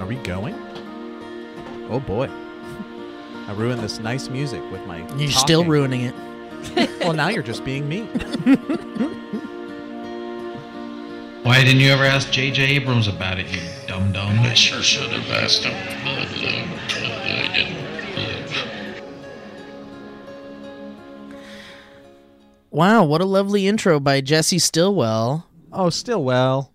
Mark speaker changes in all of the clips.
Speaker 1: it going? Oh boy. I ruined this nice music with my.
Speaker 2: You're still
Speaker 1: talking.
Speaker 2: ruining it.
Speaker 1: Well, now you're just being me.
Speaker 3: Why didn't you ever ask J.J. Abrams about it, you dumb dumb?
Speaker 4: I sure should have asked him, but, uh, but I didn't. Uh,
Speaker 2: Wow, what a lovely intro by Jesse Stillwell.
Speaker 1: Oh, still well.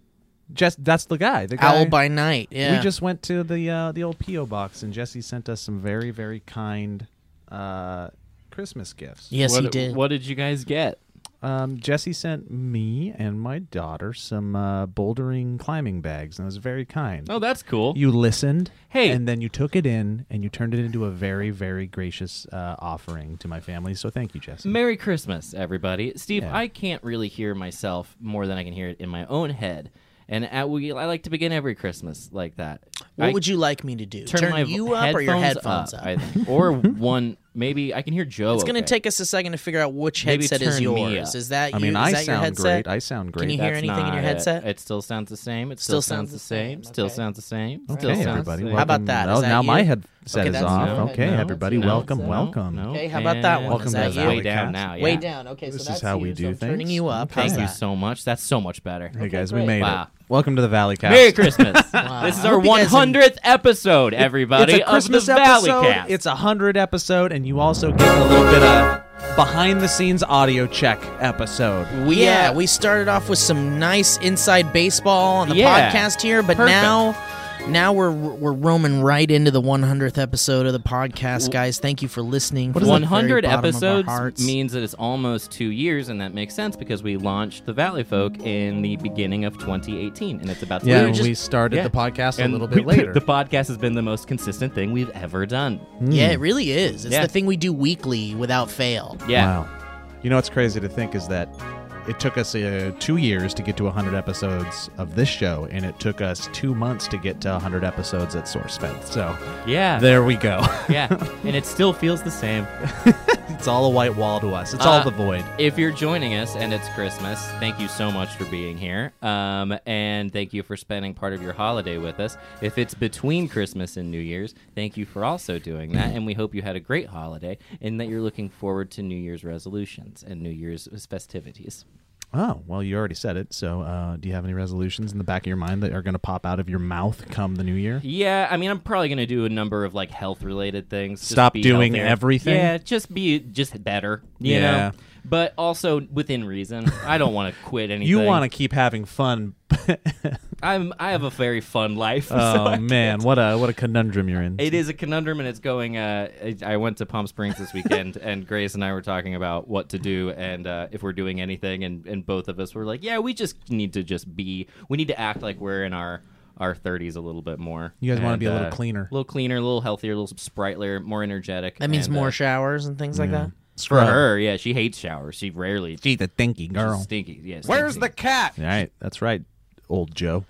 Speaker 1: Just that's the guy. The guy.
Speaker 2: Owl by Night. Yeah.
Speaker 1: We just went to the uh, the old PO box, and Jesse sent us some very very kind uh, Christmas gifts.
Speaker 2: yes,
Speaker 5: what,
Speaker 2: he did.
Speaker 5: What did you guys get?
Speaker 1: Um, Jesse sent me and my daughter some uh, bouldering climbing bags, and it was very kind.
Speaker 5: Oh, that's cool.
Speaker 1: You listened,
Speaker 5: Hey.
Speaker 1: and then you took it in and you turned it into a very very gracious uh, offering to my family. So thank you, Jesse.
Speaker 5: Merry Christmas, everybody. Steve,
Speaker 1: Yeah.
Speaker 5: I can't really hear myself more than I can hear it in my own head. And at, we, I like to begin every Christmas like that.
Speaker 2: what
Speaker 5: I
Speaker 2: would you like me to do?
Speaker 5: turn, my
Speaker 2: you up or your headphones up?
Speaker 5: I think. or one, maybe I can hear Joe.
Speaker 2: it's going to
Speaker 5: okay.
Speaker 2: take us a second to figure out which
Speaker 5: Maybe
Speaker 2: headset is
Speaker 5: turn me
Speaker 2: yours.
Speaker 5: up.
Speaker 2: Is that
Speaker 1: I
Speaker 2: you?
Speaker 1: mean,
Speaker 2: is
Speaker 1: I
Speaker 2: that your
Speaker 1: sound
Speaker 2: headset?
Speaker 1: great. I sound great.
Speaker 2: Can you hear
Speaker 5: That's
Speaker 2: anything in your
Speaker 5: not it.
Speaker 2: headset?
Speaker 5: It. still sounds the same. It
Speaker 2: Still
Speaker 5: still,
Speaker 2: sounds
Speaker 5: sounds,
Speaker 2: the
Speaker 5: the same.
Speaker 2: same,
Speaker 5: Still
Speaker 2: okay.
Speaker 5: sounds the same. Still
Speaker 1: Okay,
Speaker 5: sounds
Speaker 1: everybody.
Speaker 5: the same.
Speaker 2: How about
Speaker 1: welcome.
Speaker 2: that? Is
Speaker 1: Oh,
Speaker 2: that
Speaker 1: now
Speaker 2: you?
Speaker 1: my headset
Speaker 2: Okay,
Speaker 1: is
Speaker 2: that's
Speaker 1: off.
Speaker 2: you.
Speaker 1: okay,
Speaker 2: No,
Speaker 1: everybody,
Speaker 5: no,
Speaker 1: welcome,
Speaker 5: no,
Speaker 1: welcome.
Speaker 5: no,
Speaker 2: Okay, how about that
Speaker 5: and
Speaker 2: one?
Speaker 1: Welcome
Speaker 2: Is
Speaker 1: to
Speaker 2: that
Speaker 1: the
Speaker 2: you?
Speaker 5: way down
Speaker 1: Valleycast.
Speaker 5: now. Yeah.
Speaker 2: Way down. Okay,
Speaker 1: This
Speaker 2: so that's
Speaker 1: is how we
Speaker 2: you, so
Speaker 1: do
Speaker 2: I'm
Speaker 1: things.
Speaker 2: Turning you up. How's
Speaker 5: Thank you
Speaker 2: that?
Speaker 5: so much. That's so much better.
Speaker 1: Hey guys, we
Speaker 2: great.
Speaker 1: made
Speaker 5: Wow.
Speaker 1: it. Welcome to the Valley Cast.
Speaker 5: Merry Christmas.
Speaker 2: Wow.
Speaker 5: This is
Speaker 2: I
Speaker 5: our
Speaker 2: hope you guys
Speaker 5: 100th episode, everybody,
Speaker 1: it's a Christmas
Speaker 5: of the
Speaker 1: episode.
Speaker 5: Valley Cast.
Speaker 1: It's a hundred episode, and you also get a little bit of behind the scenes audio check episode.
Speaker 2: We, yeah.
Speaker 5: Yeah.
Speaker 2: we started off with some nice inside baseball on the
Speaker 5: Yeah.
Speaker 2: podcast here, but
Speaker 5: Perfect.
Speaker 2: now now we're we're roaming right into the 100th episode of the podcast, guys. Thank you for listening. from the very
Speaker 5: 100
Speaker 2: bottom of our
Speaker 5: episodes
Speaker 2: hearts.
Speaker 5: means that it's almost two years, and that makes sense because we launched the Valley Folk in the beginning of 2018, and it's about to
Speaker 1: Yeah,
Speaker 5: be-
Speaker 1: and
Speaker 2: just-
Speaker 1: we started
Speaker 5: yeah.
Speaker 1: the podcast a
Speaker 5: And
Speaker 1: little bit later.
Speaker 5: The podcast has been the most consistent thing we've ever done.
Speaker 2: Mm. Yeah, it really is. It's
Speaker 5: Mm. Yeah.
Speaker 2: the thing we do weekly without fail.
Speaker 5: Yeah,
Speaker 1: Wow. You know what's crazy to think is that it took us uh, two years to get to 100 episodes of this show, and it took us two months to get to 100 episodes at SourceFed. So
Speaker 5: yeah,
Speaker 1: there we go.
Speaker 5: yeah, and it still feels the same.
Speaker 1: it's all a white wall to us. It's
Speaker 5: Uh,
Speaker 1: all the void.
Speaker 5: If you're joining us and it's Christmas, thank you so much for being here. Um, and thank you for spending part of your holiday with us. If it's between Christmas and New Year's, thank you for also doing that. And we hope you had a great holiday and that you're looking forward to New Year's resolutions and New Year's festivities.
Speaker 1: Oh, well, you already said it. So uh, do you have any resolutions in the back of your mind that are going to pop out of your mouth come the new year?
Speaker 5: Yeah, I mean, I'm probably going to do a number of like health related things. Just
Speaker 1: Stop
Speaker 5: be
Speaker 1: doing
Speaker 5: healthier.
Speaker 1: everything?
Speaker 5: Yeah, just be just better, you
Speaker 1: Yeah.
Speaker 5: know? But also within reason. I don't want to quit anything.
Speaker 1: You want to keep having fun.
Speaker 5: I'm I have a very fun life. so
Speaker 1: oh
Speaker 5: I
Speaker 1: man, what a what a conundrum you're in.
Speaker 5: It is a conundrum, and it's going. Uh, I- I went to Palm Springs this weekend, and Grace and I were talking about what to do and uh, if we're doing anything, and, and both of us were like, "Yeah, we just need to just be. We need to act like we're in our our thirties a little bit more.
Speaker 1: You guys wanna
Speaker 5: And,
Speaker 1: be a little
Speaker 5: uh,
Speaker 1: cleaner.
Speaker 5: a little cleaner, a little healthier, a little sprightlier, more energetic.
Speaker 2: That means
Speaker 5: and,
Speaker 2: more
Speaker 5: uh,
Speaker 2: showers and things like that.
Speaker 5: for her. Yeah, she hates showers. She rarely.
Speaker 1: She's a thinky girl.
Speaker 5: stinky. Yeah, stinky.
Speaker 1: cat? All right, that's right, old Joe.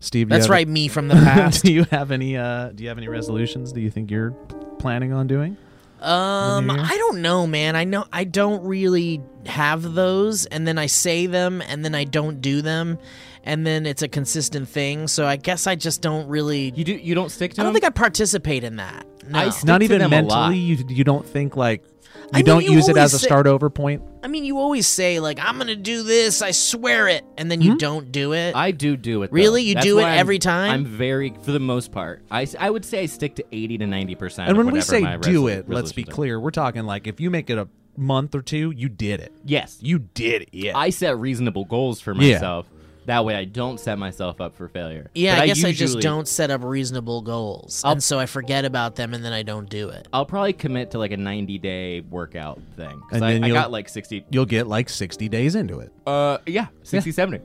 Speaker 1: Steve, do you
Speaker 2: That's
Speaker 1: have
Speaker 2: right, me from the past.
Speaker 1: do you have any uh do you have any resolutions do you think you're planning on doing
Speaker 2: Um,
Speaker 1: New Year?
Speaker 2: I don't know, man. I know I don't really have those, and then I say them, and then I don't do them, and then it's a consistent thing. So I guess I just don't really.
Speaker 5: You do. You don't stick to.
Speaker 2: I don't
Speaker 5: them?
Speaker 2: think I participate in that. No.
Speaker 5: I
Speaker 2: I,
Speaker 5: stick
Speaker 1: not
Speaker 5: to
Speaker 1: even
Speaker 5: them a lot.
Speaker 1: mentally you you don't think like you
Speaker 2: mean,
Speaker 1: don't
Speaker 2: you
Speaker 1: use it
Speaker 2: always
Speaker 1: as a
Speaker 2: say-
Speaker 1: start over point
Speaker 2: mean, you always say like, "I'm gonna do this," I swear it, and then you don't do it.
Speaker 5: Hmm? I do do it. though.
Speaker 2: Really? You
Speaker 5: That's
Speaker 2: do
Speaker 5: why
Speaker 2: it
Speaker 5: I'm-
Speaker 2: every time?
Speaker 5: I'm very, for the most part. I, s- I would say I stick to 80 to 90 percent.
Speaker 1: and when we say do it let's be clear we're talking like if you make it a month or two you did it
Speaker 5: Yes,
Speaker 1: you did it
Speaker 5: I set reasonable goals for
Speaker 1: Yeah.
Speaker 5: myself. That way, I don't set myself up for failure.
Speaker 2: yeah,
Speaker 5: But
Speaker 2: I guess I just
Speaker 5: usually-
Speaker 2: don't set up reasonable goals, and so I forget about them, and then I don't do it.
Speaker 5: I'll probably commit to like a 90 day workout thing because
Speaker 1: And
Speaker 5: I,
Speaker 1: then
Speaker 5: I
Speaker 1: you'll-
Speaker 5: got like 60.
Speaker 1: you'll get like 60 days into it
Speaker 5: Uh, yeah, 60, 70.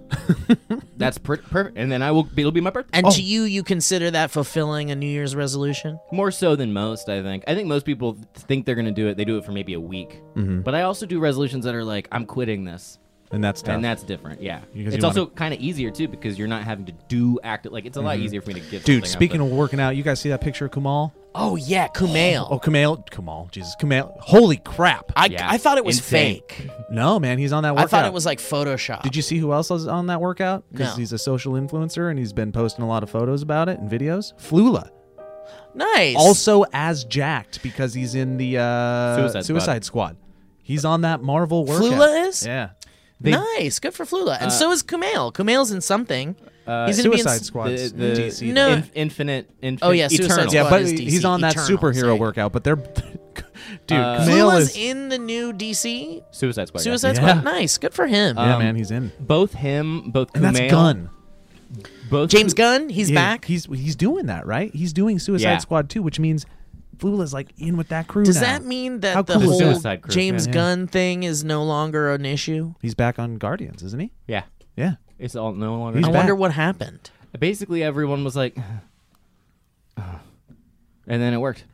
Speaker 5: That's per- perfect. And then I will. It'll be my birthday.
Speaker 2: And to you, you consider that fulfilling a New Year's resolution?
Speaker 5: More so than most, I think. I think most people think they're going to do it. They do it for maybe a week.
Speaker 1: Mm-hmm.
Speaker 5: But I also do resolutions that are like, I'm quitting this.
Speaker 1: and that's tough
Speaker 5: And that's different, yeah.
Speaker 1: Because
Speaker 5: it's
Speaker 1: you
Speaker 5: also kind of easier too because you're not having to do act like it's a lot easier for me to get.
Speaker 1: Mm-hmm. dude
Speaker 5: something up
Speaker 1: speaking
Speaker 5: than-
Speaker 1: of working out you guys see that picture of kumal
Speaker 2: Oh yeah, Kumail.
Speaker 1: Oh, Kumail, Kumal, Jesus, Kumail. Holy crap!
Speaker 2: I,
Speaker 5: Yeah,
Speaker 2: I thought it was
Speaker 5: insane.
Speaker 2: fake.
Speaker 1: no, man, he's on that workout.
Speaker 2: I thought it was like Photoshop.
Speaker 1: Did you see who else was on that workout? Because
Speaker 2: No.
Speaker 1: he's a social influencer and he's been posting a lot of photos about it and videos. Flula,
Speaker 2: nice.
Speaker 1: also as jacked because he's in the uh,
Speaker 5: Suicide Squad.
Speaker 1: Squad. He's on that Marvel workout.
Speaker 2: Flula is?
Speaker 1: yeah.
Speaker 2: nice. Good for Flula. And so is Kumail. Kumail's in something. He's in
Speaker 1: uh, Suicide
Speaker 2: being,
Speaker 1: Squad.
Speaker 5: The- the-
Speaker 1: DC.
Speaker 2: No.
Speaker 5: In- infinite, infinite.
Speaker 2: Oh, yeah, Suicide
Speaker 5: Eternal.
Speaker 2: Squad.
Speaker 1: Yeah, but
Speaker 2: is
Speaker 1: he's
Speaker 2: DC,
Speaker 1: on that
Speaker 2: Eternal,
Speaker 1: superhero
Speaker 2: sorry.
Speaker 1: workout. But they're, dude,
Speaker 5: Uh,
Speaker 1: Kumail
Speaker 2: Flua's
Speaker 1: is.
Speaker 2: in the new DC
Speaker 5: Suicide Squad. yeah.
Speaker 2: Suicide
Speaker 1: Yeah.
Speaker 2: Squad. Nice. Good for him.
Speaker 1: yeah,
Speaker 5: Um,
Speaker 1: man, he's in.
Speaker 5: Both him, both
Speaker 1: And that's
Speaker 5: Kumail,
Speaker 1: Gun.
Speaker 5: Both
Speaker 2: James Gunn, he's
Speaker 1: Yeah,
Speaker 2: back.
Speaker 1: He's he's doing that right. He's doing Suicide
Speaker 5: Yeah.
Speaker 1: Squad too, which means Flula's like in with that crew.
Speaker 2: Does
Speaker 1: now.
Speaker 2: that mean that
Speaker 1: How
Speaker 2: the
Speaker 1: cool is
Speaker 2: whole
Speaker 5: Suicide Crew,
Speaker 2: James
Speaker 1: yeah.
Speaker 2: Gunn thing is no longer an issue?
Speaker 1: he's back on Guardians, isn't he?
Speaker 5: Yeah,
Speaker 1: Yeah.
Speaker 5: it's all no longer.
Speaker 1: He's
Speaker 2: I
Speaker 1: back.
Speaker 2: wonder what happened.
Speaker 5: Basically, everyone was like, and then it worked.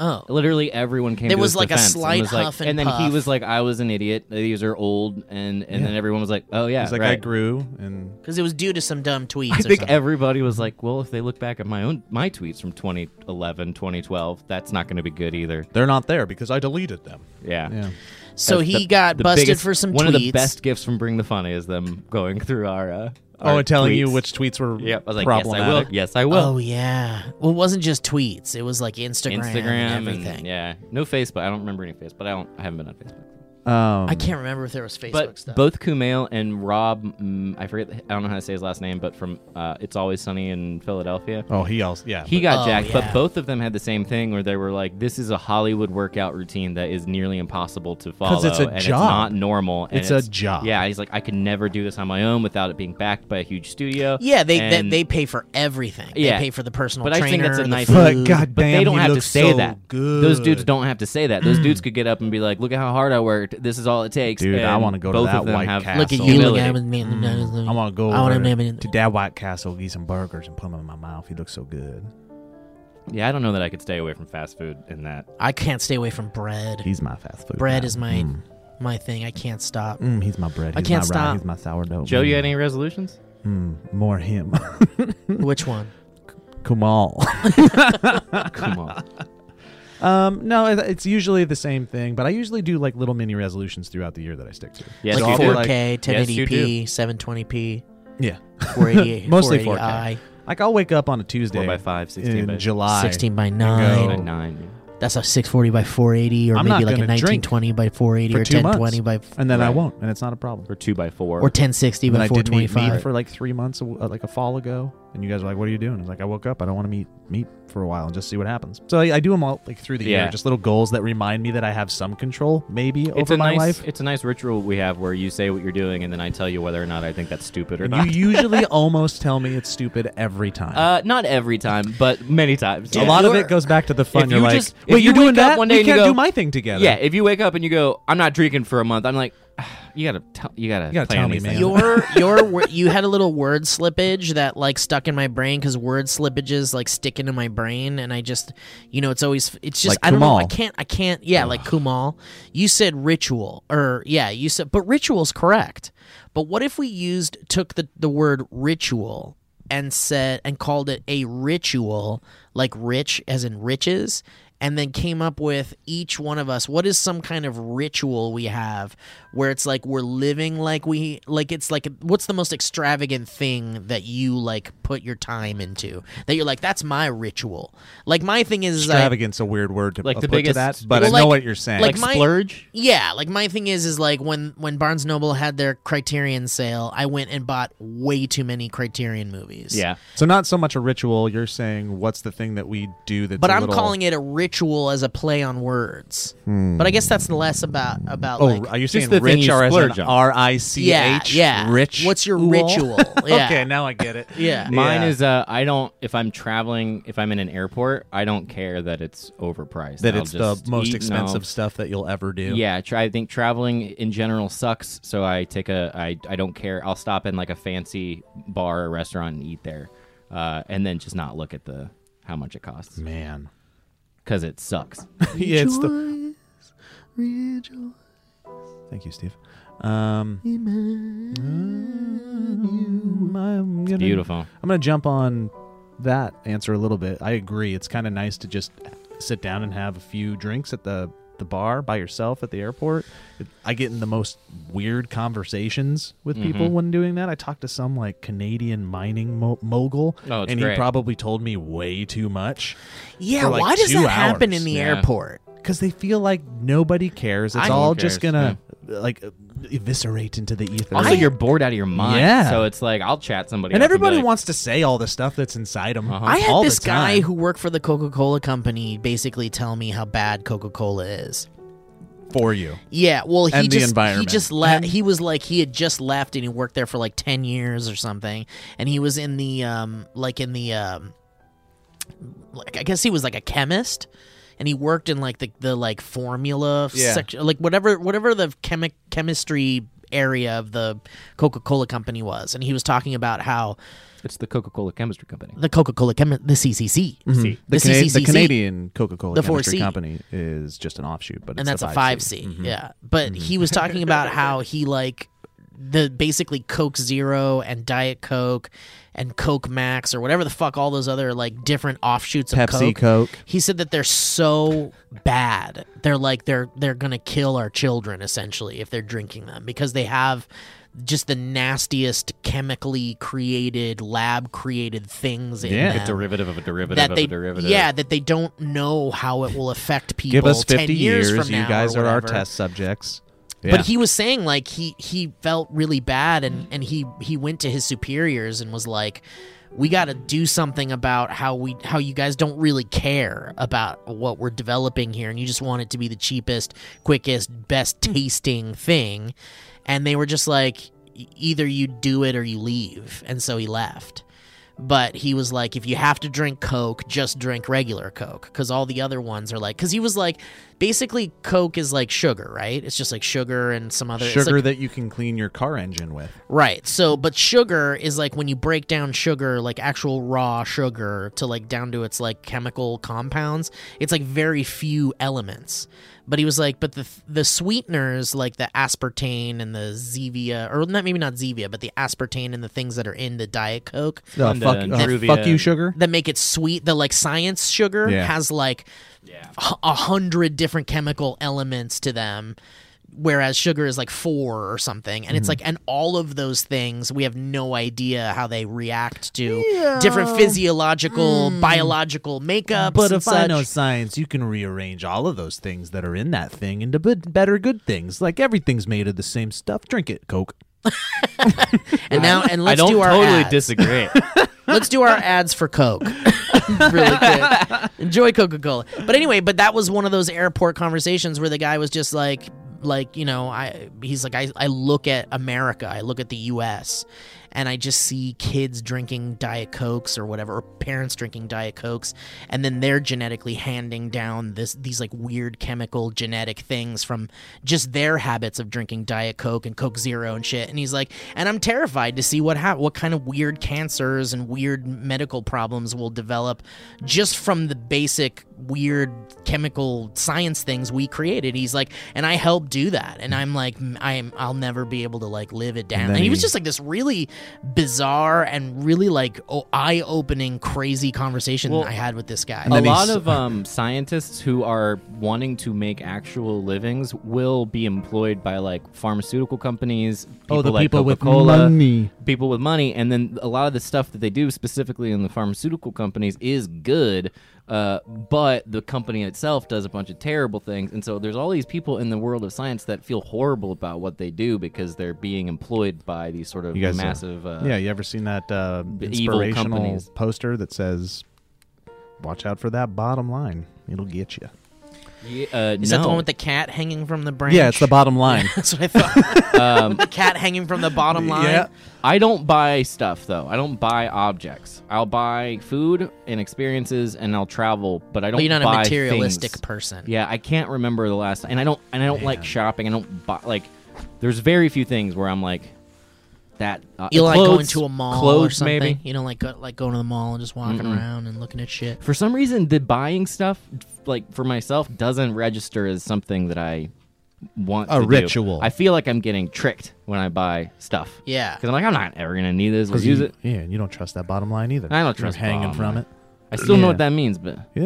Speaker 2: Oh,
Speaker 5: Literally everyone came.
Speaker 2: There
Speaker 5: to
Speaker 2: was
Speaker 5: his
Speaker 2: like a
Speaker 5: defense
Speaker 2: slight
Speaker 5: and was like,
Speaker 2: huff and
Speaker 5: then he
Speaker 2: puff.
Speaker 5: was like, "I was an idiot. These are old," and and then everyone was like, "Oh yeah,
Speaker 1: He's like
Speaker 5: right."
Speaker 1: I grew and
Speaker 2: because it was due to some dumb tweets.
Speaker 5: I
Speaker 2: or
Speaker 5: think
Speaker 2: something.
Speaker 5: everybody was like, "Well, if they look back at my own my tweets from 2011, 2012, that's not going to be good either."
Speaker 1: they're not there because I deleted them.
Speaker 5: Yeah.
Speaker 1: Yeah.
Speaker 2: so
Speaker 5: That's
Speaker 2: he
Speaker 5: the-
Speaker 2: got
Speaker 5: the
Speaker 2: busted
Speaker 5: biggest-
Speaker 2: for some
Speaker 5: One
Speaker 2: tweets.
Speaker 5: of the best gifts from Bring the Funny is them going through our. Uh,
Speaker 1: Oh,
Speaker 5: our
Speaker 1: and telling you
Speaker 5: tweets.
Speaker 1: which tweets were
Speaker 5: Yep. I was like, yes, I will.
Speaker 1: problematic.
Speaker 5: Yes, I will.
Speaker 2: Oh yeah. Well, it wasn't just tweets. It was like Instagram,
Speaker 5: Instagram
Speaker 2: and
Speaker 5: and,
Speaker 2: everything.
Speaker 5: yeah, no Facebook. I don't remember any Facebook. I don't. I haven't been on Facebook.
Speaker 1: Um,
Speaker 2: I can't remember if there was Facebook
Speaker 5: But
Speaker 2: stuff.
Speaker 5: both Kumail and Rob, mm, I forget. I don't know how to say his last name, but from uh, It's Always Sunny in Philadelphia.
Speaker 1: Oh, he also yeah.
Speaker 5: He got
Speaker 2: Oh,
Speaker 5: jacked,
Speaker 2: yeah.
Speaker 5: but both of them had the same thing where they were like, "This is a Hollywood workout routine that is nearly impossible to follow,
Speaker 1: it's a
Speaker 5: and it's
Speaker 1: job.
Speaker 5: not normal. and
Speaker 1: It's a job.
Speaker 5: Yeah, he's like, I could never do this on my own without it being backed by a huge studio.
Speaker 2: yeah, they, they
Speaker 5: and-
Speaker 2: they pay for everything.
Speaker 5: Yeah.
Speaker 2: they pay for the personal
Speaker 5: But I
Speaker 2: trainer.
Speaker 5: think that's a
Speaker 2: the
Speaker 5: nice-
Speaker 1: but
Speaker 2: food.
Speaker 1: goddamn,
Speaker 5: But they don't
Speaker 1: he
Speaker 5: have to
Speaker 1: looks
Speaker 5: say
Speaker 1: so
Speaker 5: that.
Speaker 1: Good. Hmm.
Speaker 5: Those dudes don't have to say that. Those dudes could get up and be like, "Look at how hard I worked. This is all it takes."
Speaker 1: Dude, I
Speaker 5: And
Speaker 1: wanna go to
Speaker 5: both
Speaker 1: that
Speaker 5: of them
Speaker 1: White
Speaker 5: have
Speaker 1: Castle.
Speaker 2: Look at you,
Speaker 5: humility.
Speaker 2: look at me.
Speaker 1: Mm-hmm. I want to go
Speaker 2: I
Speaker 1: over
Speaker 2: to
Speaker 1: to Dad White Castle, get some burgers, and put them in my mouth. He looks so good.
Speaker 5: Yeah, I don't know that I could stay away from fast food in that.
Speaker 1: Oh,
Speaker 2: I can't stay away from bread.
Speaker 1: He's my fast food.
Speaker 2: bread
Speaker 1: guy.
Speaker 2: is my my thing. I can't stop.
Speaker 1: Mm, he's my bread. He's
Speaker 2: I can't
Speaker 1: my Rye.
Speaker 2: stop.
Speaker 1: He's my sourdough.
Speaker 5: Joe, you
Speaker 1: Mm,
Speaker 5: had any resolutions?
Speaker 1: mm, more him. Mm-hmm.
Speaker 2: Which one?
Speaker 1: Kumal.
Speaker 5: Come on.
Speaker 1: Um, no, it- it's usually the same thing, but I usually do like little mini resolutions throughout the year that I stick to.
Speaker 5: Yes,
Speaker 1: So
Speaker 5: you
Speaker 1: I'll
Speaker 2: like
Speaker 1: be
Speaker 2: 4K,
Speaker 5: do. Yes, you
Speaker 2: 1080p, 720p,
Speaker 1: yeah,
Speaker 2: 488,
Speaker 1: Mostly
Speaker 2: 480i,
Speaker 1: like I'll wake up on a Tuesday,
Speaker 5: Four by five, 16
Speaker 1: in
Speaker 5: by-
Speaker 1: July, Oh.
Speaker 2: 16 by
Speaker 1: go.
Speaker 5: By
Speaker 2: 9.
Speaker 5: nine.
Speaker 2: That's a 640 by 480, or
Speaker 1: I'm
Speaker 2: maybe
Speaker 1: not
Speaker 2: like a
Speaker 1: gonna drink
Speaker 2: 1920 by 480,
Speaker 1: for
Speaker 2: or
Speaker 1: two months,
Speaker 2: 1020 by f-
Speaker 1: and then I
Speaker 5: Right.
Speaker 1: won't, and it's not a problem.
Speaker 5: Or two by four.
Speaker 2: or 1060
Speaker 1: But
Speaker 2: by
Speaker 1: I didn't eat meat
Speaker 2: 425.
Speaker 1: for like three months, uh, like a fall ago, and you guys were like, "What are you doing?" I was like, "I woke up. I don't want to eat meat for a while and just see what happens." So I, I do them all like through the year,
Speaker 5: Yeah.
Speaker 1: just little goals that remind me that I have some control, maybe
Speaker 5: it's
Speaker 1: over
Speaker 5: a
Speaker 1: my
Speaker 5: nice,
Speaker 1: life.
Speaker 5: It's a nice ritual we have where you say what you're doing, and then I tell you whether or not I think that's stupid or
Speaker 1: And
Speaker 5: not.
Speaker 1: you usually almost tell me it's stupid every time.
Speaker 5: uh, not every time, but many times.
Speaker 1: a
Speaker 5: Yeah.
Speaker 1: lot of
Speaker 2: you're-
Speaker 1: it goes back to the fun.
Speaker 5: if
Speaker 1: You're
Speaker 5: you
Speaker 1: like,
Speaker 5: just- if
Speaker 1: wait,
Speaker 5: you
Speaker 1: you're doing
Speaker 5: wake up
Speaker 1: that?
Speaker 5: one day
Speaker 1: we
Speaker 5: and you
Speaker 1: can't
Speaker 5: go-
Speaker 1: do my thing together.
Speaker 5: Yeah, if you wake up and you go, "I'm not drinking for a month," I'm like, "Ah, you gotta tell, you gotta,
Speaker 1: gotta
Speaker 5: plan
Speaker 1: tell me,
Speaker 5: these
Speaker 1: man.
Speaker 5: things."
Speaker 2: your your wor- you had a little word slippage that like stuck in my brain because word slippages like stick into my brain and I just you know it's always it's just
Speaker 1: Like
Speaker 2: I don't know I
Speaker 1: Kumal.
Speaker 2: can't I can't yeah like Kumal you said ritual or yeah you said but ritual's correct but what if we used took the the word ritual and said and called it a ritual like rich as in riches and then came up with each one of us what is some kind of ritual we have where it's like we're living like we like it's like what's the most extravagant thing that you like put your time into that you're like that's my ritual like my thing is is I-
Speaker 1: Extravagant's a weird word to
Speaker 5: Like
Speaker 1: uh,
Speaker 5: the
Speaker 1: put
Speaker 5: biggest-
Speaker 1: to that, but
Speaker 2: Well,
Speaker 1: I know
Speaker 2: like-
Speaker 1: what you're saying.
Speaker 2: like my-
Speaker 5: splurge.
Speaker 2: yeah, like my thing is is like when when Barnes Noble had their Criterion sale, I went and bought way too many Criterion movies.
Speaker 5: Yeah,
Speaker 1: so not so much a ritual. You're saying what's the thing that we do that's
Speaker 2: But
Speaker 1: i
Speaker 2: I'm calling it a ritual as a play on words. But I guess that's less about about
Speaker 1: Hmm. Oh,
Speaker 2: like
Speaker 1: are you
Speaker 5: just
Speaker 1: saying
Speaker 5: the thing
Speaker 1: rich
Speaker 5: you
Speaker 1: or as an
Speaker 5: splurge on.
Speaker 1: R I C
Speaker 2: yeah,
Speaker 1: H?
Speaker 2: yeah.
Speaker 1: Rich.
Speaker 2: What's your
Speaker 1: Ooh.
Speaker 2: ritual? Yeah.
Speaker 1: okay, now I get it.
Speaker 2: Yeah.
Speaker 5: mine
Speaker 1: Yeah.
Speaker 5: is. Uh, I don't. If I'm traveling, if I'm in an airport, I don't care that it's overpriced.
Speaker 1: That
Speaker 5: I'll
Speaker 1: it's the
Speaker 5: just
Speaker 1: most
Speaker 5: eat, no.
Speaker 1: expensive stuff that you'll ever do.
Speaker 5: Yeah, try, I think traveling in general sucks. So I take a, I, I don't care. I'll stop in like a fancy bar or restaurant and eat there, uh, and then just not look at the how much it costs
Speaker 1: Man.
Speaker 5: because it sucks.
Speaker 1: yeah, it's the. Thank you, Steve. Um, I'm gonna-
Speaker 5: Beautiful.
Speaker 1: I'm gonna jump on that answer a little bit. I agree. It's kind of nice to just sit down and have a few drinks at the the bar by yourself at the airport. I get in the most weird conversations with
Speaker 5: Mm-hmm.
Speaker 1: people when doing that. I talked to some like Canadian mining mo- mogul,
Speaker 5: Oh, it's
Speaker 1: and he
Speaker 5: great.
Speaker 1: probably told me way too much
Speaker 2: Yeah,
Speaker 1: For, like,
Speaker 2: why does
Speaker 1: two
Speaker 2: that happen
Speaker 1: hours.
Speaker 2: in the
Speaker 5: Yeah.
Speaker 2: airport?
Speaker 1: because they feel like nobody cares. It's
Speaker 2: I-
Speaker 1: all
Speaker 5: Who cares?
Speaker 1: just gonna like eviscerate into the ether.
Speaker 5: Also,
Speaker 2: I-
Speaker 5: you're bored out of your mind.
Speaker 1: Yeah.
Speaker 5: So it's like I'll chat somebody.
Speaker 1: and
Speaker 5: up be
Speaker 1: everybody
Speaker 5: like,
Speaker 1: wants to say all the stuff that's inside them.
Speaker 5: Uh-huh.
Speaker 2: I
Speaker 1: all
Speaker 2: had
Speaker 1: the
Speaker 2: this guy
Speaker 1: time.
Speaker 2: who worked for the Coca Cola company basically tell me how bad Coca Cola is.
Speaker 1: for you.
Speaker 2: Yeah, well, he
Speaker 1: And the
Speaker 2: just he
Speaker 1: environment.
Speaker 2: just left. He was like he had just left and he worked there for like ten years or something, and he was in the um like in the um like I guess he was like a chemist, and he worked in like the the like formula
Speaker 1: Yeah.
Speaker 2: section, like whatever whatever the chemi- chemistry area of the Coca Cola company was, and he was talking about how
Speaker 5: It's the Coca-Cola Chemistry Company.
Speaker 2: the Coca Cola chemi- the CCC,
Speaker 5: See.
Speaker 1: Mm-hmm. The,
Speaker 2: The
Speaker 1: Cana- the
Speaker 2: CCC.
Speaker 1: Canadian Coca-Cola
Speaker 2: The
Speaker 1: Chemistry
Speaker 2: 4C.
Speaker 1: Company is just an offshoot, but it's
Speaker 2: and that's a
Speaker 1: 5C.
Speaker 2: five C. Yeah, but
Speaker 1: Mm-hmm.
Speaker 2: he was talking about how he like the basically Coke Zero and Diet Coke and Coke Max or whatever the fuck all those other like different offshoots of
Speaker 1: Pepsi,
Speaker 2: Coke.
Speaker 1: Coke.
Speaker 2: He said that they're so bad. They're like they're they're gonna kill our children essentially if they're drinking them because they have just the nastiest chemically created lab created things in
Speaker 1: Yeah.
Speaker 2: them
Speaker 5: A derivative of a derivative
Speaker 2: that
Speaker 5: of
Speaker 2: they
Speaker 5: a derivative.
Speaker 2: yeah that they don't know how it will affect people.
Speaker 1: Give us
Speaker 2: 10
Speaker 1: 50
Speaker 2: years,
Speaker 1: years,
Speaker 2: from
Speaker 1: you
Speaker 2: now
Speaker 1: guys
Speaker 2: or
Speaker 1: are our
Speaker 2: whatever.
Speaker 1: test subjects.
Speaker 2: But he was saying like he he felt really bad and and he he went to his superiors and was like we got to do something about how we how you guys don't really care about what we're developing here and you just want it to be the cheapest, quickest, best
Speaker 1: Hmm.
Speaker 2: tasting thing. And they were just like "E- either you do it or you leave. And so he left. But he was like, if you have to drink Coke, just drink regular Coke. Because all the other ones are like, because he was like, basically, Coke is like sugar, right? It's just like sugar and some other it's
Speaker 1: sugar
Speaker 2: like-
Speaker 1: that you can clean your car engine with.
Speaker 2: right. So, but sugar is like when you break down sugar, like actual raw sugar, to like down to its like chemical compounds, it's like very few elements. But he was like, but the the sweeteners like the aspartame and the Zevia, or not maybe not Zevia, but the aspartame and the things that are in the Diet Coke,
Speaker 1: Uh,
Speaker 5: Honda
Speaker 1: fuck,
Speaker 5: and
Speaker 1: uh,
Speaker 5: Truvia
Speaker 1: fuck you,
Speaker 5: and-
Speaker 1: sugar.
Speaker 2: that make it sweet. The like science sugar
Speaker 1: Yeah.
Speaker 2: has like h- a hundred different chemical elements to them, whereas sugar is like four or something. And
Speaker 1: Mm-hmm.
Speaker 2: it's like, and all of those things, we have no idea how they react to different physiological, biological makeups.
Speaker 1: Mm. But
Speaker 2: and
Speaker 1: if I
Speaker 2: such.
Speaker 1: know science, you can rearrange all of those things that are in that thing into good, better good things. Like everything's made of the same stuff. Drink it, Coke.
Speaker 2: and now, and let's
Speaker 5: I don't
Speaker 2: do our
Speaker 5: totally
Speaker 2: ads.
Speaker 5: disagree.
Speaker 2: Let's do our ads for Coke. really quick. Enjoy Coca Cola. But anyway, but that was one of those airport conversations where the guy was just like, like you know, I he's like, I, I look at America, I look at the U.S., and I just see kids drinking Diet Cokes or whatever, or parents drinking Diet Cokes, and then they're genetically handing down this these like weird chemical genetic things from just their habits of drinking Diet Coke and Coke Zero and shit. And he's like, and I'm terrified to see what ha- what kind of weird cancers and weird medical problems will develop just from the basic weird chemical science things we created. He's like, and I helped do that. And I'm like, "Mm, I'm I'll never be able to like live it down.
Speaker 1: then
Speaker 2: And, he was
Speaker 1: he-
Speaker 2: just like this really bizarre and really like o eye opening crazy conversation
Speaker 5: Well,
Speaker 2: I had with this guy.
Speaker 1: and
Speaker 5: a
Speaker 1: then
Speaker 5: lot
Speaker 1: he's-
Speaker 5: of um, scientists who are wanting to make actual livings will be employed by like pharmaceutical companies.
Speaker 1: Oh,
Speaker 5: People like Coca-Cola, People with money, and then a lot of the stuff that they do specifically in the pharmaceutical companies is good, uh, but the company itself does a bunch of terrible things, and so there's all these people in the world of science that feel horrible about what they do because they're being employed by these sort of
Speaker 1: You guys, uh,
Speaker 5: massive. Uh,
Speaker 1: yeah, you ever seen that uh,
Speaker 5: evil
Speaker 1: inspirational
Speaker 5: companies.
Speaker 1: poster that says, "Watch out for that bottom line; it'll get you."
Speaker 5: yeah, uh,
Speaker 2: Is that the
Speaker 5: no.
Speaker 2: one with the cat hanging from the branch?
Speaker 1: Yeah, it's the bottom line.
Speaker 2: That's what I thought. the cat hanging from the bottom line.
Speaker 1: yeah,
Speaker 5: I don't buy stuff though. I don't buy objects. I'll buy food and experiences, and I'll travel. But I don't.
Speaker 2: But you're not
Speaker 5: buy
Speaker 2: a materialistic
Speaker 5: things.
Speaker 2: person.
Speaker 5: Yeah, I can't remember the last. And I don't. And I don't like shopping. I don't buy. Like, there's very few things where I'm like, that. Uh,
Speaker 2: You like
Speaker 5: clothes-
Speaker 2: going to a mall or
Speaker 5: Clothes,
Speaker 2: something.
Speaker 5: maybe.
Speaker 2: You don't like go, like going to the mall and just walking around and looking at shit.
Speaker 5: For some reason, the buying stuff, like for myself, doesn't register as something that I want
Speaker 1: A
Speaker 5: to do.
Speaker 1: ritual.
Speaker 5: I feel like I'm getting tricked when I buy stuff.
Speaker 2: Yeah.
Speaker 5: Because I'm like, I'm not ever gonna need this. Let's use
Speaker 1: you,
Speaker 5: it.
Speaker 1: Yeah, and you don't trust that bottom line either.
Speaker 5: I don't
Speaker 1: You're
Speaker 5: trust
Speaker 1: hanging
Speaker 5: bottom
Speaker 1: from
Speaker 5: line.
Speaker 1: it.
Speaker 5: I still
Speaker 1: Yeah.
Speaker 5: know what that means, but
Speaker 1: Yeah.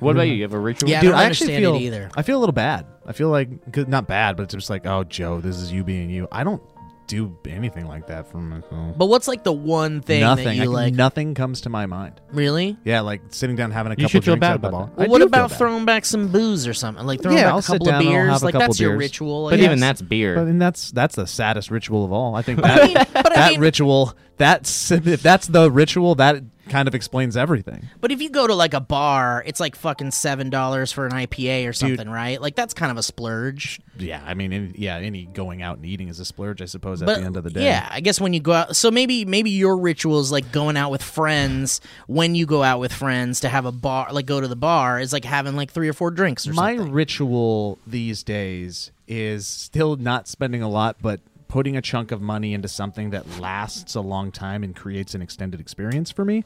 Speaker 5: what about you? You have a ritual?
Speaker 2: Yeah. I
Speaker 1: Dude,
Speaker 2: don't
Speaker 1: I, actually
Speaker 2: understand
Speaker 1: feel
Speaker 2: it either.
Speaker 1: I feel a little bad. I feel like 'cause- not bad, but it's just like, oh, Joe, this is you being you. I don't do anything like that for myself.
Speaker 2: But what's like the one thing
Speaker 1: nothing.
Speaker 2: that
Speaker 1: I
Speaker 2: you
Speaker 1: can-
Speaker 2: like?
Speaker 1: Nothing comes to my mind.
Speaker 2: really?
Speaker 1: Yeah, like sitting down having a
Speaker 5: You
Speaker 1: couple
Speaker 5: should feel
Speaker 1: drinks
Speaker 5: bad
Speaker 1: at the
Speaker 5: about
Speaker 1: bar.
Speaker 5: that.
Speaker 1: I
Speaker 2: Well, what
Speaker 1: do feel
Speaker 2: about
Speaker 1: bad.
Speaker 2: throwing back some booze or something? Like throwing
Speaker 1: Yeah,
Speaker 2: back
Speaker 1: I'll
Speaker 2: a
Speaker 1: sit
Speaker 2: couple
Speaker 1: down
Speaker 2: of
Speaker 1: and I'll
Speaker 2: beers.
Speaker 1: have a
Speaker 2: like
Speaker 1: couple
Speaker 2: that's your
Speaker 1: beers.
Speaker 2: ritual. I
Speaker 5: But
Speaker 2: guess.
Speaker 5: even that's beer.
Speaker 1: But and that's that's the saddest ritual of all. I think
Speaker 2: I
Speaker 1: that,
Speaker 2: mean, but I
Speaker 1: that
Speaker 2: mean,
Speaker 1: ritual that's if that's the ritual that kind of explains everything.
Speaker 2: but if you go to like a bar, it's like fucking seven dollars for an IPA or something, right? Like that's kind of a splurge.
Speaker 1: Yeah, I mean, any, yeah, any going out and eating is a splurge, I suppose. At
Speaker 2: But
Speaker 1: the end of the day,
Speaker 2: yeah, I guess when you go out, so maybe maybe your ritual is like going out with friends. When you go out with friends to have a bar, like go to the bar, is like having like three or four drinks or
Speaker 1: my
Speaker 2: something.
Speaker 1: ritual these days is still not spending a lot, but putting a chunk of money into something that lasts a long time and creates an extended experience for me.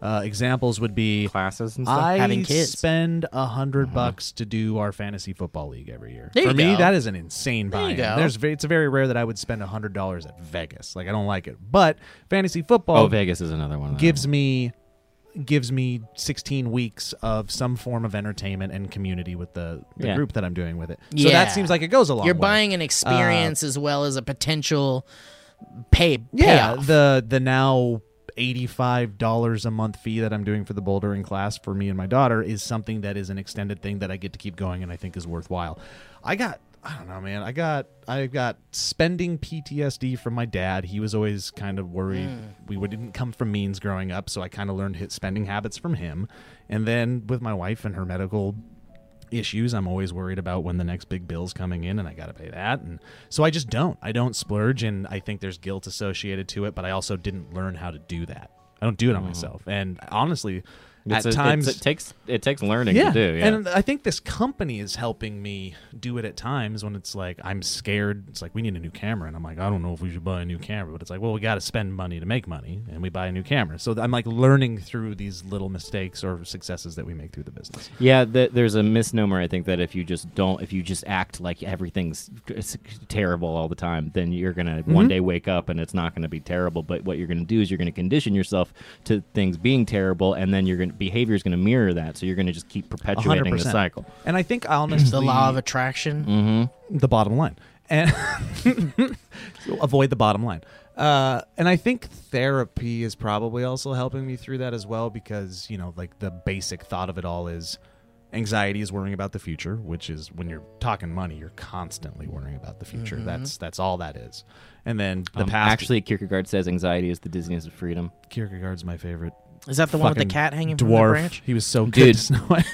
Speaker 1: Uh, examples would be
Speaker 5: Classes and stuff.
Speaker 1: I
Speaker 2: Having kids.
Speaker 1: spend a 100 bucks to do our fantasy football league every year.
Speaker 2: There
Speaker 1: For
Speaker 2: you
Speaker 1: me,
Speaker 2: go.
Speaker 1: that is an insane
Speaker 2: you
Speaker 1: buy.
Speaker 2: go.
Speaker 1: There's ve- it's very rare that I would spend a hundred dollars at Vegas. Like I don't like it, but fantasy football
Speaker 5: oh, Vegas is another one. of those.
Speaker 1: gives me gives me 16 weeks of some form of entertainment and community with the, the
Speaker 5: Yeah.
Speaker 1: group that I'm doing with it. So
Speaker 2: Yeah.
Speaker 1: that seems like it goes a long
Speaker 2: You're
Speaker 1: way.
Speaker 2: buying an experience as well as a potential pay
Speaker 1: yeah,
Speaker 2: payoff.
Speaker 1: the the now $85 a month fee that I'm doing for the bouldering class for me and my daughter is something that is an extended thing that I get to keep going and I think is worthwhile. I got I don't know, man. I got I got spending PTSD from my dad. He was always kind of worried we would- didn't come from means growing up, so I kind of learned his spending habits from him. And then with my wife and her medical issues. I'm always worried about when the next big bill's coming in and I got to pay that. And so I just don't. I don't splurge and I think there's guilt associated to it, but I also didn't learn how to do that. I don't do it on myself. And honestly,
Speaker 5: Mm.
Speaker 1: at
Speaker 5: It's a- it's-
Speaker 1: times
Speaker 5: it takes it takes learning
Speaker 1: yeah.
Speaker 5: to do. Yeah.
Speaker 1: And I think this company is helping me do it at times when it's like I'm scared. It's like we need a new camera, and I'm like, I don't know if we should buy a new camera, but it's like, well, we got to spend money to make money, and we buy a new camera. So I'm like learning through these little mistakes or successes that we make through the business.
Speaker 5: Yeah, th- there's a misnomer. I think that if you just don't, if you just act like everything's s- terrible all the time, then you're gonna
Speaker 1: Mm-hmm.
Speaker 5: one day wake up and it's not gonna be terrible. But what you're gonna do is you're gonna condition yourself to things being terrible, and then your gonna behavior is gonna mirror that. So you're gonna just keep perpetuating the
Speaker 1: 100%.
Speaker 5: cycle.
Speaker 1: And I think honestly,
Speaker 2: the law of attraction.
Speaker 1: Mm. the bottom line and So avoid the bottom line uh, and i think therapy is probably also helping me through that as well because you know like the basic thought of it all is anxiety is worrying about the future which is when you're talking money you're constantly worrying about the future
Speaker 2: Mm-hmm.
Speaker 1: that's that's all that is and then the
Speaker 5: Um,
Speaker 1: past
Speaker 5: Actually, Kierkegaard says anxiety is the dizziness of freedom.
Speaker 1: kierkegaard's my favorite
Speaker 2: Is that the one with the
Speaker 1: fucking
Speaker 2: cat hanging from the
Speaker 1: dwarf
Speaker 2: branch?
Speaker 1: he was so
Speaker 5: Dude.
Speaker 1: good to Snow White.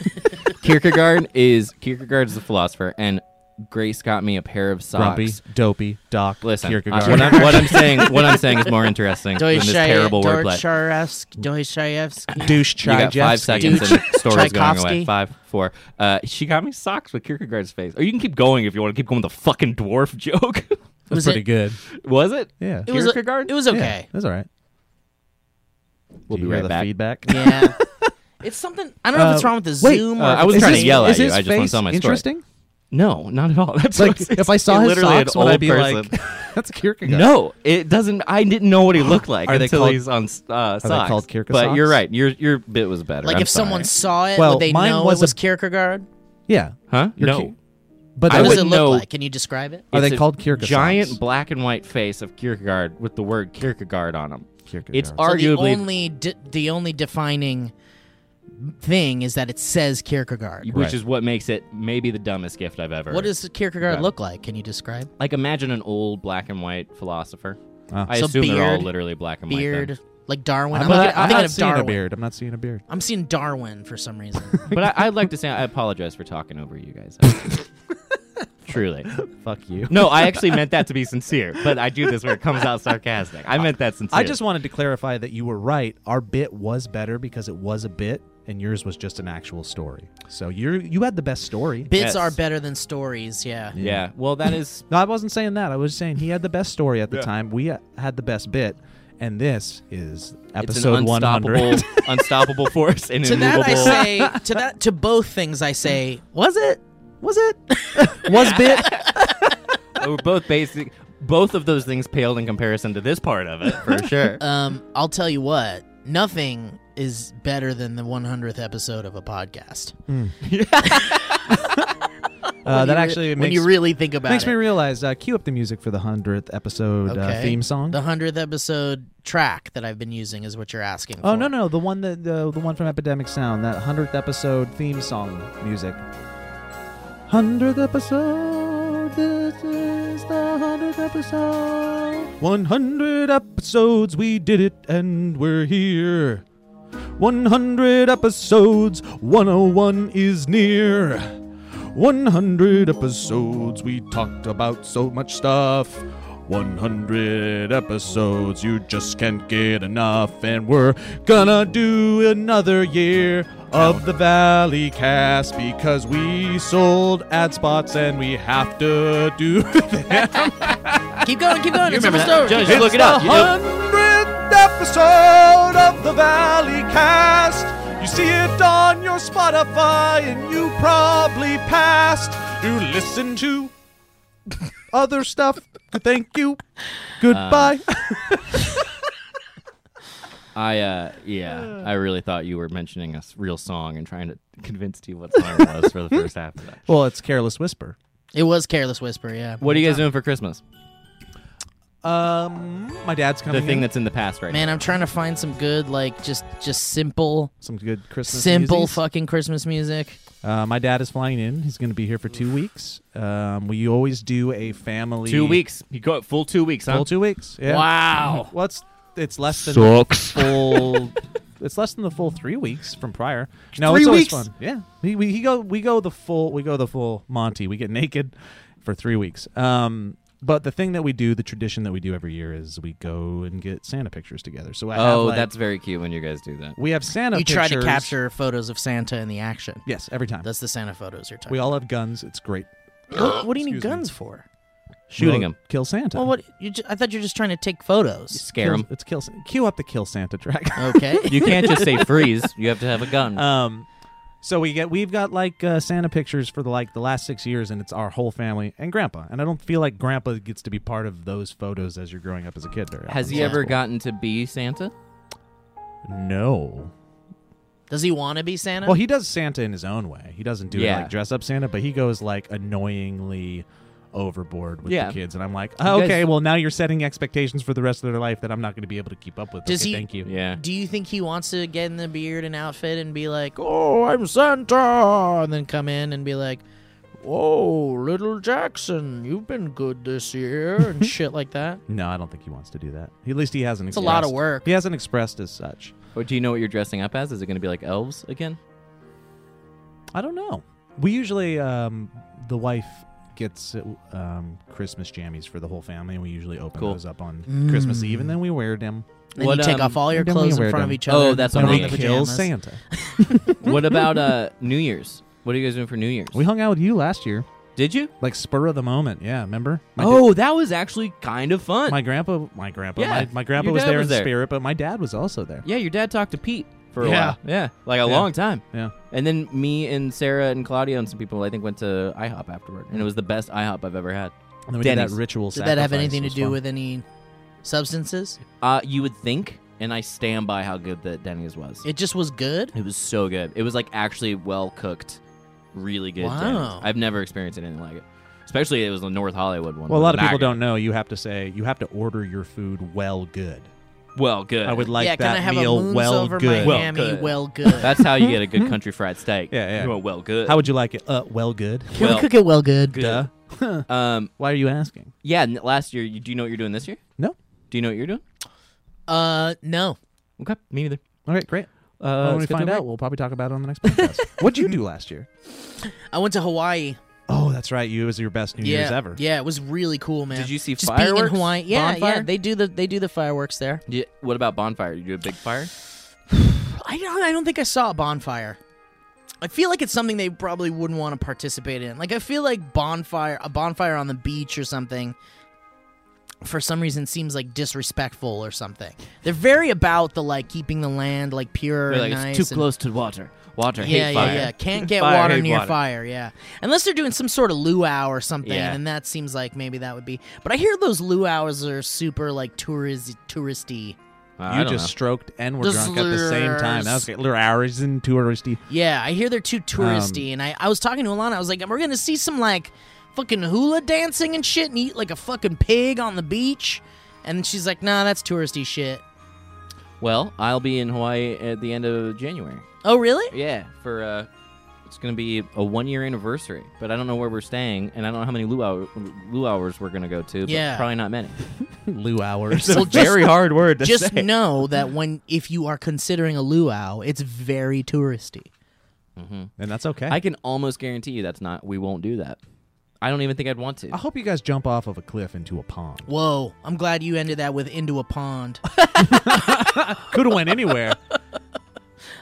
Speaker 5: Kierkegaard is Kierkegaard is the philosopher, and Grace got me a pair of socks.
Speaker 1: grumpy dopey doc
Speaker 5: Listen, uh,
Speaker 1: kierkegaard
Speaker 5: what, I'm, what I'm saying, what I'm saying is more interesting than this terrible wordplay.
Speaker 2: Dostoevsky.
Speaker 1: douche
Speaker 5: You got five seconds and the story's going away.
Speaker 2: Tchaikovsky.
Speaker 5: Five, four. Uh, she got me socks with Kierkegaard's face. Or you can keep going if you want to keep going with the fucking dwarf joke.
Speaker 1: that's
Speaker 2: Was
Speaker 1: pretty
Speaker 2: it-
Speaker 1: good
Speaker 5: was it?
Speaker 1: yeah
Speaker 2: It was,
Speaker 5: Kierkegaard?
Speaker 2: it was okay.
Speaker 1: that's all right
Speaker 5: We'll
Speaker 1: Do you
Speaker 5: be
Speaker 1: hear
Speaker 5: right
Speaker 1: the
Speaker 5: back.
Speaker 1: feedback
Speaker 2: Yeah. it's something. I don't know if it's
Speaker 1: Uh,
Speaker 2: wrong with the
Speaker 1: wait,
Speaker 2: Zoom.
Speaker 5: uh,
Speaker 2: or
Speaker 5: I
Speaker 2: if
Speaker 5: was
Speaker 2: it's
Speaker 5: trying to
Speaker 2: just-
Speaker 5: yell at
Speaker 1: is
Speaker 5: you.
Speaker 1: his
Speaker 5: I just wanna
Speaker 1: face
Speaker 5: tell my story.
Speaker 1: interesting.
Speaker 5: No, not at all. That's
Speaker 1: Like
Speaker 5: what
Speaker 1: if I saw his
Speaker 5: literally an
Speaker 1: socks, would I
Speaker 5: old
Speaker 1: be
Speaker 5: person.
Speaker 1: like, "That's Kierkegaard"?
Speaker 5: No, it doesn't. I didn't know what he looked like
Speaker 1: Are they
Speaker 5: until
Speaker 1: called-
Speaker 5: he's on uh, socks.
Speaker 1: called Kierke
Speaker 5: but
Speaker 1: socks?
Speaker 5: you're right. Your your bit was better.
Speaker 2: Like
Speaker 5: I'm
Speaker 2: if someone
Speaker 5: sorry.
Speaker 2: saw it,
Speaker 1: Well,
Speaker 2: would they
Speaker 1: mine
Speaker 2: know
Speaker 1: was
Speaker 2: it was
Speaker 1: a-
Speaker 2: Kierkegaard?
Speaker 1: Yeah,
Speaker 5: huh?
Speaker 1: You're
Speaker 5: no.
Speaker 1: Ki- but that was
Speaker 2: What does
Speaker 5: I
Speaker 2: it
Speaker 5: wouldn't
Speaker 2: look
Speaker 5: know-
Speaker 2: like? Can you describe it?
Speaker 1: Are
Speaker 5: It's
Speaker 1: they
Speaker 5: a
Speaker 1: called Kierke
Speaker 5: Giant
Speaker 1: socks?
Speaker 5: black and white face of Kierkegaard with the word Kierkegaard on him.
Speaker 1: Kierkegaard.
Speaker 5: It's
Speaker 2: So
Speaker 5: arguably
Speaker 2: the only de- the only defining thing is that it says Kierkegaard.
Speaker 5: which
Speaker 1: Right.
Speaker 5: is what makes it maybe the dumbest gift I've ever.
Speaker 2: What does Kierkegaard
Speaker 5: Yeah.
Speaker 2: look like? Can you describe?
Speaker 1: Oh
Speaker 5: like? Imagine an old black and white philosopher.
Speaker 1: Ah.
Speaker 5: I
Speaker 2: So
Speaker 5: assume they're all
Speaker 2: beard,
Speaker 5: literally black and white.
Speaker 2: Beard,
Speaker 5: then.
Speaker 2: like Darwin. I'm,
Speaker 1: But
Speaker 2: looking- I'm
Speaker 1: I'm
Speaker 2: thinking
Speaker 1: not
Speaker 2: of
Speaker 1: seeing
Speaker 2: Darwin.
Speaker 1: a beard. I'm not seeing a beard.
Speaker 2: I'm seeing Darwin for some reason.
Speaker 5: But I, I'd like to say I apologize for talking over you guys. Truly.
Speaker 1: Fuck you.
Speaker 5: No, I actually meant that to be sincere, but I do this where it comes out sarcastic. I meant that sincere.
Speaker 1: I just wanted to clarify that you were right. Our bit was better because it was a bit, and yours was just an actual story. So you you had the best story.
Speaker 2: Bits
Speaker 5: Yes.
Speaker 2: are better than stories. Yeah.
Speaker 5: Yeah. Well, that is.
Speaker 1: No, I wasn't saying that. I was saying he had the best story at the time. We uh, had the best bit, and this is
Speaker 5: It's an
Speaker 1: episode one
Speaker 5: unstoppable,
Speaker 1: hundred.
Speaker 5: unstoppable force and
Speaker 2: To that
Speaker 5: immovable.
Speaker 2: I say, to that to both things I say, was it?
Speaker 1: Was it? Was bit?
Speaker 5: We're both basic. Both of those things paled in comparison to this part of it, for sure.
Speaker 2: Um, I'll tell you what, nothing is better than the 100th episode of a podcast.
Speaker 1: Uh,
Speaker 2: When
Speaker 1: that
Speaker 2: you re-
Speaker 1: actually
Speaker 2: when
Speaker 1: makes,
Speaker 2: you really think about
Speaker 1: makes
Speaker 2: it.
Speaker 1: me realize. Uh, cue up the music for the hundredth episode uh,
Speaker 2: Okay.
Speaker 1: theme song.
Speaker 2: the 100th episode track that I've been using is what you're asking for.
Speaker 1: oh no no the one that the, the one from Epidemic Sound that hundredth episode theme song music. Hundredth episode. This is the hundredth episode. One hundred episodes. We did it, and we're here. One hundred episodes. One oh one is near. 100 episodes, we talked about so much stuff. 100 episodes, you just can't get enough. And we're gonna do another year of the Valley Cast because we sold ad spots and we have to do that.
Speaker 2: Keep going, keep going.
Speaker 5: You
Speaker 2: it's
Speaker 5: remember
Speaker 2: almost
Speaker 5: that.
Speaker 2: over.
Speaker 5: Jonas,
Speaker 1: It's
Speaker 5: you look it up.
Speaker 1: the
Speaker 5: You know-
Speaker 1: 100th episode of the Valley Cast. You see it on your Spotify, and you probably passed. You listen to other stuff. Thank you. Goodbye.
Speaker 5: Uh, I uh yeah, I really thought you were mentioning a s- real song and trying to convince you what song it was for the first half of that.
Speaker 1: well, it's Careless Whisper.
Speaker 2: It was Careless Whisper, yeah.
Speaker 5: What are you guys doing for Christmas?
Speaker 1: Um, my dad's
Speaker 5: The
Speaker 1: coming.
Speaker 5: thing
Speaker 1: in.
Speaker 5: that's in the past right
Speaker 2: Man, I'm trying to find some good, like, just just simple,
Speaker 1: some good Christmas.
Speaker 2: simple
Speaker 1: musics.
Speaker 2: fucking Christmas music.
Speaker 1: Uh, my dad is flying in. He's going to be here for two weeks. Um, we always do a
Speaker 5: now.
Speaker 1: family
Speaker 5: Two weeks. You go full two weeks, huh?
Speaker 1: Full two weeks. Yeah.
Speaker 2: Wow.
Speaker 1: What's it's less than
Speaker 5: Sucks.
Speaker 1: the full. it's less than the full three weeks from prior. No,
Speaker 2: Three
Speaker 1: it's always
Speaker 2: weeks?
Speaker 1: fun. Yeah, we, we he go we go the full we go the full Monty. We get naked for three weeks. Um, but the thing that we do, the tradition that we do every year is we go and get Santa pictures together. So I have,
Speaker 5: Oh,
Speaker 1: like-
Speaker 5: that's very cute when you guys do that.
Speaker 1: we have Santa.
Speaker 2: you try to
Speaker 1: pictures.
Speaker 2: capture photos of Santa in the action.
Speaker 1: Yes, every time.
Speaker 2: That's the Santa photos you're talking
Speaker 1: we all have guns. It's great.
Speaker 2: What, what do you need
Speaker 1: Excuse me.
Speaker 2: guns for?
Speaker 5: Shooting
Speaker 1: We'll
Speaker 5: them.
Speaker 1: Kill Santa.
Speaker 2: Well, what you ju- I thought you were just trying to take photos.
Speaker 5: Scare them.
Speaker 1: It's kill. Cue up the kill Santa track.
Speaker 2: Okay.
Speaker 5: You can't just say freeze. You have to have a gun.
Speaker 2: Mm.
Speaker 1: Um, so we get we've got like uh, Santa pictures for the like the last six years, and it's our whole family and Grandpa. And I don't feel like Grandpa gets to be part of those photos as you're growing up as a kid. Very
Speaker 5: Has
Speaker 1: often.
Speaker 5: he ever gotten to be Santa?
Speaker 1: No.
Speaker 2: Does he want to be Santa?
Speaker 1: Well, he does Santa in his own way. He doesn't do
Speaker 5: Yeah.
Speaker 1: it like dress up Santa, but he goes like annoyingly overboard with
Speaker 5: Yeah.
Speaker 1: the kids, and I'm like,
Speaker 5: guys-
Speaker 1: okay, well now you're setting expectations for the rest of their life that I'm not going to be able to keep up with.
Speaker 2: Does
Speaker 1: Okay,
Speaker 2: he-
Speaker 1: Thank you.
Speaker 5: Yeah.
Speaker 2: do you think he wants to get in the beard and outfit and be like, "Oh, I'm Santa," and then come in and be like, "Oh, little Jackson, you've been good this year," and shit like that?
Speaker 1: No, I don't think he wants to do that. At least he hasn't.
Speaker 2: It's a lot of
Speaker 1: expressed-
Speaker 2: work.
Speaker 1: He hasn't expressed as such.
Speaker 5: Or do you know what you're dressing up as? Is it going to be like elves again?
Speaker 1: I don't know. We usually, um, the wife gets um, Christmas jammies for the whole family, and we usually open
Speaker 5: Cool.
Speaker 1: those up on
Speaker 2: Mm.
Speaker 1: Christmas Eve, and then we wear them.
Speaker 2: Then
Speaker 5: What,
Speaker 2: you take
Speaker 5: um,
Speaker 2: off all your
Speaker 1: then we
Speaker 2: clothes in
Speaker 1: wear
Speaker 2: front of
Speaker 1: them.
Speaker 2: each other.
Speaker 5: Oh,
Speaker 2: and
Speaker 5: that's
Speaker 2: put
Speaker 5: what
Speaker 1: and
Speaker 5: I
Speaker 2: on
Speaker 1: we
Speaker 2: the
Speaker 1: kill
Speaker 5: mean.
Speaker 2: pajamas.
Speaker 1: Santa.
Speaker 5: What about uh, New Year's? What are you guys doing for New Year's?
Speaker 1: We hung out with you last year,
Speaker 5: Did you?
Speaker 1: like spur of the moment. Yeah, remember? My da-
Speaker 5: oh, that was actually kind of fun.
Speaker 1: my grandpa, my grandpa,
Speaker 5: Yeah,
Speaker 1: my, my grandpa
Speaker 5: your
Speaker 1: was
Speaker 5: dad
Speaker 1: there
Speaker 5: was
Speaker 1: in
Speaker 5: there.
Speaker 1: spirit, but my dad was also there.
Speaker 5: Yeah, your dad talked to Pete for a
Speaker 1: Yeah.
Speaker 5: while. Yeah, like a
Speaker 1: Yeah.
Speaker 5: long time.
Speaker 1: Yeah.
Speaker 5: And then me and Sarah and Claudia and some people I think went to IHOP afterward, and it was the best IHOP I've ever had.
Speaker 1: And then we did that
Speaker 5: Denny's.
Speaker 1: ritual.
Speaker 2: Did that have
Speaker 1: sacrifice.
Speaker 2: anything
Speaker 1: It
Speaker 2: to
Speaker 1: was
Speaker 2: do
Speaker 1: fun.
Speaker 2: with any substances?
Speaker 5: Uh, you would think, and I stand by how good that Denny's was. It,
Speaker 2: It just was good.
Speaker 5: was so good. It was like actually well cooked, really good.
Speaker 2: Wow.
Speaker 5: Denny's. I've never experienced anything like it. Especially it was the North Hollywood one.
Speaker 1: Well, a lot of
Speaker 5: Not
Speaker 1: people
Speaker 5: good.
Speaker 1: don't know. You have to say you have to order your food well good.
Speaker 5: Well, good.
Speaker 1: I would like
Speaker 2: yeah,
Speaker 1: that
Speaker 2: can I have
Speaker 1: meal
Speaker 2: a moons
Speaker 1: well
Speaker 2: over
Speaker 1: good.
Speaker 5: Well
Speaker 2: Miami?
Speaker 5: good.
Speaker 2: Well good.
Speaker 5: That's how you get a good country fried steak.
Speaker 1: Yeah, yeah.
Speaker 5: You want well good.
Speaker 1: How would you like it? Uh, well good.
Speaker 2: Can
Speaker 5: well,
Speaker 2: we cook it well good?
Speaker 5: good.
Speaker 1: Duh.
Speaker 5: Um,
Speaker 1: Why are you asking?
Speaker 5: yeah. n- Last year, you, do you know what you're doing this year?
Speaker 1: No.
Speaker 5: Do you know what you're doing?
Speaker 2: Uh, no.
Speaker 5: Okay, me neither.
Speaker 1: All right, great.
Speaker 5: Uh,
Speaker 1: Well, when we
Speaker 5: let's get to
Speaker 1: find
Speaker 5: a
Speaker 1: out, we'll probably talk about it on the next podcast. What'd you do last year?
Speaker 2: I went to Hawaii.
Speaker 1: Oh, that's right. You it was your best New
Speaker 2: yeah,
Speaker 1: Year's ever.
Speaker 2: Yeah, it was really cool, man.
Speaker 5: Did you see
Speaker 2: Just Being in
Speaker 5: fireworks?
Speaker 2: Hawaii. Yeah, yeah.
Speaker 5: Bonfire?
Speaker 2: They do the they do the fireworks there.
Speaker 5: Yeah, what about bonfire? You do a big fire?
Speaker 2: I don't, I don't think I saw a bonfire. I feel like it's something they probably wouldn't want to participate in. Like I feel like bonfire a bonfire on the beach or something for some reason seems like disrespectful or something. They're very about the like keeping the land like pure
Speaker 5: They're
Speaker 2: and
Speaker 5: like,
Speaker 2: nice
Speaker 5: it's too
Speaker 2: and-
Speaker 5: close to water. Water,
Speaker 2: yeah,
Speaker 5: hate
Speaker 2: yeah,
Speaker 5: fire.
Speaker 2: yeah. Can't get
Speaker 5: Fire,
Speaker 2: water
Speaker 5: hate
Speaker 2: near
Speaker 5: water.
Speaker 2: fire. Yeah, unless they're doing some sort of luau or something,
Speaker 5: Yeah.
Speaker 2: and that seems like maybe that would be. But I hear those luau's are super like tourist touristy.
Speaker 5: Uh, I
Speaker 1: You
Speaker 5: don't
Speaker 1: just
Speaker 5: know.
Speaker 1: stroked and were
Speaker 2: The
Speaker 1: drunk at the same time. That was
Speaker 2: slurs.
Speaker 1: great. Little hours in touristy.
Speaker 2: Yeah, I hear they're too touristy.
Speaker 5: Um,
Speaker 2: and I, I was talking to Alana. I was like, we're gonna see some like fucking hula dancing and shit, and eat like a fucking pig on the beach. And she's like, nah, that's touristy shit.
Speaker 5: Well, I'll be in Hawaii at the end of January.
Speaker 2: Oh, really?
Speaker 5: Yeah, for uh, it's gonna be a one-year anniversary, but I don't know where we're staying, and I don't know how many luau luauers we're gonna go to. But
Speaker 2: Yeah.
Speaker 5: probably not many.
Speaker 1: Lou hours.
Speaker 2: Well, just- very
Speaker 1: hard word to
Speaker 2: Just know that when if you are considering a luau, it's very touristy.
Speaker 1: and that's okay.
Speaker 5: I can almost guarantee you that's not. We won't do that. I don't even think I'd want to.
Speaker 1: I
Speaker 2: Oh,
Speaker 1: hope you guys jump off of a cliff into a pond.
Speaker 2: Whoa, I'm glad you ended that with into a pond.
Speaker 1: Could have went anywhere.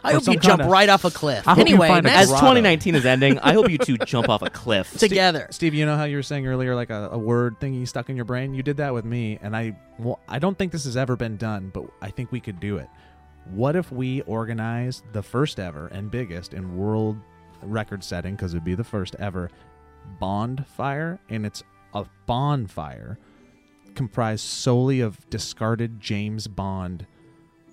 Speaker 2: I
Speaker 1: Or
Speaker 2: hope
Speaker 1: some
Speaker 2: you jump
Speaker 1: kinda-
Speaker 2: right off a cliff.
Speaker 1: I hope you
Speaker 2: anyway,
Speaker 1: find a
Speaker 2: next
Speaker 1: garage.
Speaker 5: 2019 is ending, I hope you two jump off a cliff.
Speaker 2: together.
Speaker 1: Steve, you know how you were saying earlier, like a, a word thing you stuck in your brain. You did that with me, and I, well, I don't think this has ever been done, but I think we could do it. What if we organized the first ever and biggest in world record setting, because it'd be the first ever bonfire, and it's a bonfire comprised solely of discarded James Bond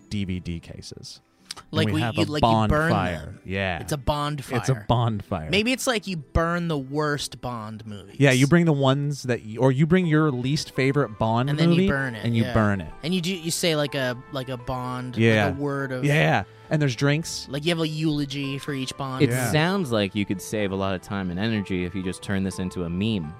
Speaker 1: DVD cases. And
Speaker 2: Like we-
Speaker 1: have a
Speaker 2: you- like you burn
Speaker 1: bonfire.
Speaker 2: them.
Speaker 1: yeah,
Speaker 2: It's a bond fire.
Speaker 1: it's a bonfire.
Speaker 2: Maybe it's like you burn the worst Bond movies.
Speaker 1: Yeah, you bring the ones that, you, or you bring your least favorite Bond
Speaker 2: and then
Speaker 1: movie,
Speaker 2: you burn it,
Speaker 1: and you
Speaker 2: yeah.
Speaker 1: burn it.
Speaker 2: and you do you say like a like a Bond,
Speaker 1: Yeah.
Speaker 2: like a word of
Speaker 1: Yeah, and there's drinks.
Speaker 2: like you have a eulogy for each Bond.
Speaker 5: It
Speaker 1: Yeah.
Speaker 5: sounds like you could save a lot of time and energy if you just turned this into a meme.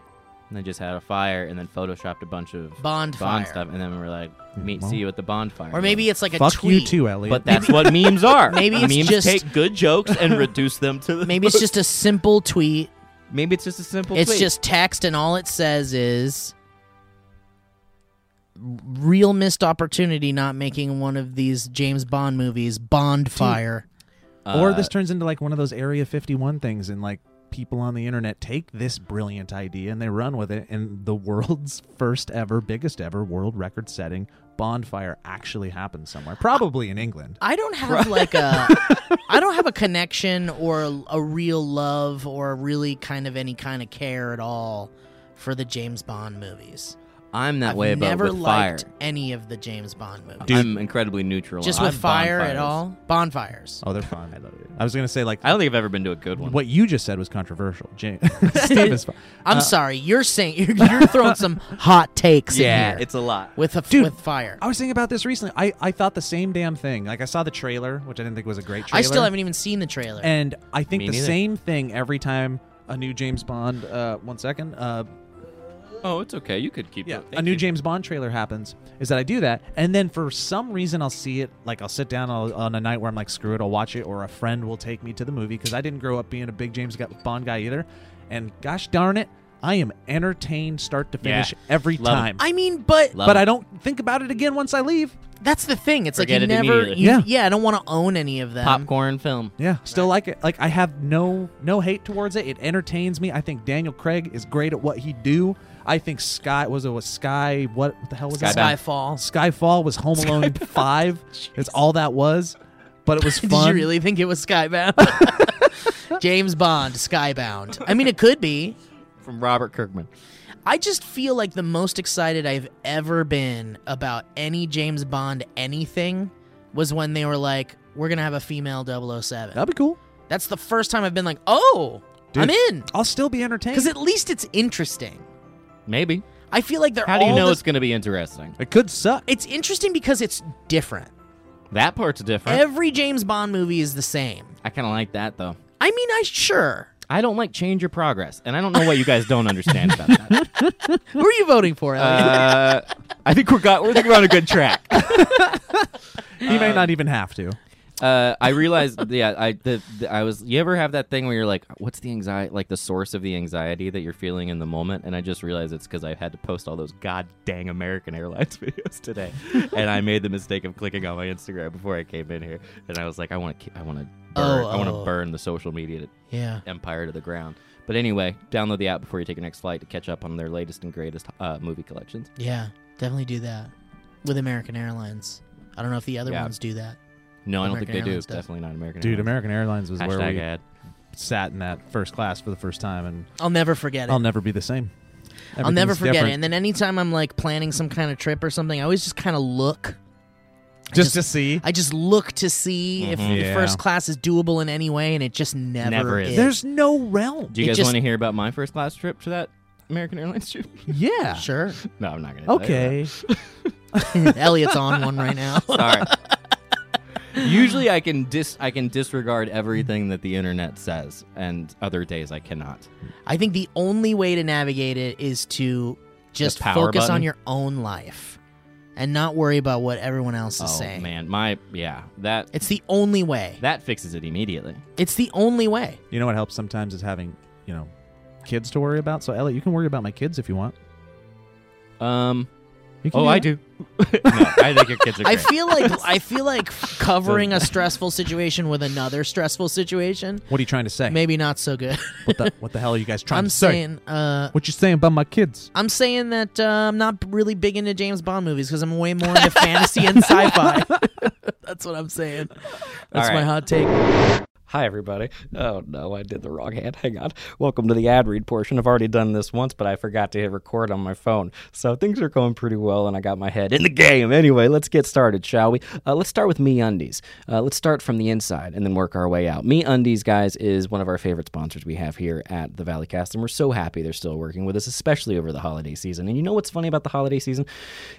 Speaker 5: And then just had a fire and then photoshopped a bunch of
Speaker 2: Bond fire.
Speaker 5: stuff. And then we were like, meet,
Speaker 1: well.
Speaker 5: see you at the bonfire.
Speaker 2: or maybe it's like a
Speaker 1: Fuck
Speaker 2: tweet.
Speaker 1: you too, Elliot.
Speaker 5: But that's what memes are.
Speaker 2: maybe it's
Speaker 5: memes
Speaker 2: just-
Speaker 5: take good jokes and reduce them to the.
Speaker 2: Maybe it's just a simple tweet.
Speaker 5: maybe it's just a simple.
Speaker 2: It's
Speaker 5: tweet.
Speaker 2: just text, and all it says is real missed opportunity not making one of these James Bond movies. Bond fire.
Speaker 1: or
Speaker 5: Uh,
Speaker 1: this turns into like one of those Area 51 things, and like people on the internet take this brilliant idea and they run with it, and the world's first ever, biggest ever, world record setting bonfire actually happens somewhere, probably in England.
Speaker 2: I don't have like a I don't have a connection or a real love or really kind of any kind of care at all for the James Bond movies.
Speaker 5: I'm that
Speaker 2: I've
Speaker 5: way about
Speaker 2: never
Speaker 5: with fire.
Speaker 2: liked any of the James Bond movies.
Speaker 5: I'm incredibly neutral.
Speaker 2: Just
Speaker 5: on
Speaker 2: with fire at
Speaker 5: bonfires.
Speaker 2: all? Bonfires.
Speaker 1: Oh, they're fun. I love it. I was gonna say like
Speaker 5: I don't think I've ever been to a good one.
Speaker 1: what you just said was controversial. James, Steve is fun.
Speaker 2: I'm sorry, you're saying you're, you're throwing some hot takes
Speaker 5: yeah,
Speaker 2: in here
Speaker 5: it's a lot.
Speaker 2: with a
Speaker 1: Dude,
Speaker 2: with fire.
Speaker 1: I was thinking about this recently. I, I thought the same damn thing. Like I saw the trailer, which I didn't think was a great trailer.
Speaker 2: I still haven't even seen the trailer.
Speaker 1: And I think
Speaker 5: Me
Speaker 1: the
Speaker 5: neither.
Speaker 1: same thing every time a new James Bond. Uh, one second. Uh,
Speaker 5: Oh, it's okay. You could keep
Speaker 1: yeah,
Speaker 5: it.
Speaker 1: a
Speaker 5: Thank
Speaker 1: new
Speaker 5: you.
Speaker 1: James Bond trailer happens. Is that I do that, and then for some reason I'll see it. Like I'll sit down I'll, on a night where I'm like, screw it, I'll watch it, or a friend will take me to the movie because I didn't grow up being a big James Go- Bond guy either. And gosh darn it, I am entertained start to
Speaker 5: Yeah.
Speaker 1: finish every
Speaker 5: Love it.
Speaker 1: time.
Speaker 2: I mean, but
Speaker 5: Love
Speaker 1: But
Speaker 5: it.
Speaker 1: I don't think about it again once I leave.
Speaker 2: that's the thing. It's
Speaker 5: Forget
Speaker 2: like
Speaker 5: it
Speaker 2: you never.
Speaker 5: immediately.
Speaker 2: you-
Speaker 1: Yeah.
Speaker 2: yeah, I don't want to own any of them.
Speaker 5: popcorn film.
Speaker 1: Yeah, still like it. Like I have no no hate towards it. It entertains me. I think Daniel Craig is great at what he do. I think Sky was it was Sky what, what the hell was that?
Speaker 5: Skybound.
Speaker 2: Skyfall.
Speaker 1: Skyfall was Home Alone five. It's all that was, but it was
Speaker 2: Did
Speaker 1: fun.
Speaker 2: you really think it was Skybound? James Bond, Skybound. I mean, it could be.
Speaker 5: from Robert Kirkman.
Speaker 2: I just feel like the most excited I've ever been about any James Bond anything was when they were like, we're going to have a female 007.
Speaker 1: That'd be cool.
Speaker 2: That's the first time I've been like, oh, I'm
Speaker 1: Dude.
Speaker 2: in.
Speaker 1: I'll still be entertained.
Speaker 2: Because at least it's interesting.
Speaker 5: Maybe.
Speaker 2: I feel like they're
Speaker 5: How do you
Speaker 2: all
Speaker 5: know
Speaker 2: the-
Speaker 5: it's going to be interesting?
Speaker 1: it could suck.
Speaker 2: it's interesting because it's different.
Speaker 5: That part's different.
Speaker 2: Every James Bond movie is the same.
Speaker 5: I kind of like that though.
Speaker 2: I mean, I sure.
Speaker 5: I don't like change your progress, and I don't know what you guys don't understand about that.
Speaker 2: Who are you voting for, Elliot?
Speaker 5: Uh, I think we're got. We're, I think we're on a good track.
Speaker 1: He may not even have to.
Speaker 5: Uh, I realized, yeah, I the, the- I was. You ever have that thing where you're like, what's the anxiety? Like the source of the anxiety that you're feeling in the moment, and I just realized it's because I've had to post all those god dang American Airlines videos today, and I made the mistake of clicking on my Instagram before I came in here, and I was like, I want to, I want to. Burn,
Speaker 2: Oh,
Speaker 5: I want to
Speaker 2: oh.
Speaker 5: burn the social media to
Speaker 2: yeah.
Speaker 5: empire to the ground. But anyway, download the app before you take your next flight to catch up on their latest and greatest uh, movie collections.
Speaker 2: Yeah, definitely do that with American Airlines. I don't know if the other
Speaker 5: Yeah.
Speaker 2: ones do that.
Speaker 6: No, I don't think they
Speaker 2: American
Speaker 6: do.
Speaker 2: Airlines does.
Speaker 6: Definitely not American.
Speaker 1: Dude,
Speaker 6: Airlines.
Speaker 1: American Airlines was where
Speaker 6: Hashtag
Speaker 1: we
Speaker 6: ad.
Speaker 1: sat in that first class for the first time, and
Speaker 2: I'll never forget it.
Speaker 1: I'll never be the same.
Speaker 2: I'll never
Speaker 1: Everything's
Speaker 2: forget
Speaker 1: different.
Speaker 2: it. And then anytime I'm like planning some kind of trip or something, I always just kind of look.
Speaker 1: just,
Speaker 2: just-
Speaker 1: to see.
Speaker 2: I just look to see if
Speaker 6: Mhm.
Speaker 1: Mm-hmm. Yeah.
Speaker 2: the first class is doable in any way, and it just never,
Speaker 6: Never is.
Speaker 2: is.
Speaker 1: There's no realm.
Speaker 6: Do you
Speaker 2: It
Speaker 6: guys
Speaker 2: just-
Speaker 6: want to hear about my first class trip to that American Airlines trip?
Speaker 1: Yeah.
Speaker 2: sure.
Speaker 6: no, I'm not gonna. tell you
Speaker 1: Okay.
Speaker 2: Elliot's on one right now.
Speaker 6: that. Sorry. Usually, I can dis I can disregard everything that the internet says, and other days I cannot.
Speaker 2: I think the only way to navigate it is to just
Speaker 6: power
Speaker 2: focus
Speaker 6: button?
Speaker 2: on your own life and not worry about what everyone else is
Speaker 6: oh
Speaker 2: saying.
Speaker 6: man, my yeah, that
Speaker 2: It's the only way.
Speaker 6: that fixes it immediately.
Speaker 2: It's the only way.
Speaker 1: You know what helps sometimes is having, you know, kids to worry about. So, Elliot, you can worry about my kids if you want.
Speaker 6: Um.
Speaker 1: You can
Speaker 6: Oh,
Speaker 1: do
Speaker 6: I
Speaker 1: that.
Speaker 6: do. no, I think your kids are.
Speaker 2: I
Speaker 6: Great.
Speaker 2: feel like I feel like covering a stressful situation with another stressful situation
Speaker 1: What are you trying to say?
Speaker 2: maybe not so good.
Speaker 1: What the, what the hell are you guys trying
Speaker 2: I'm
Speaker 1: to say?
Speaker 2: saying uh
Speaker 1: What you saying about my kids?
Speaker 2: I'm saying that uh, I'm not really big into James Bond movies because I'm way more into fantasy and sci-fi. That's what I'm saying. That's
Speaker 6: right.
Speaker 2: my hot take.
Speaker 5: Hi, everybody. Oh, no, I did the wrong hand. Hang on. Welcome to the ad read portion. I've already done this once, but I forgot to hit record on my phone. So things are going pretty well, and I got my head in the game. Anyway, let's get started, shall we? Uh, let's start with Me Undies. Uh, let's start from the inside and then work our way out. Me Undies, guys, is one of our favorite sponsors we have here at the Valley Cast, and we're so happy they're still working with us, especially over the holiday season. And you know what's funny about the holiday season?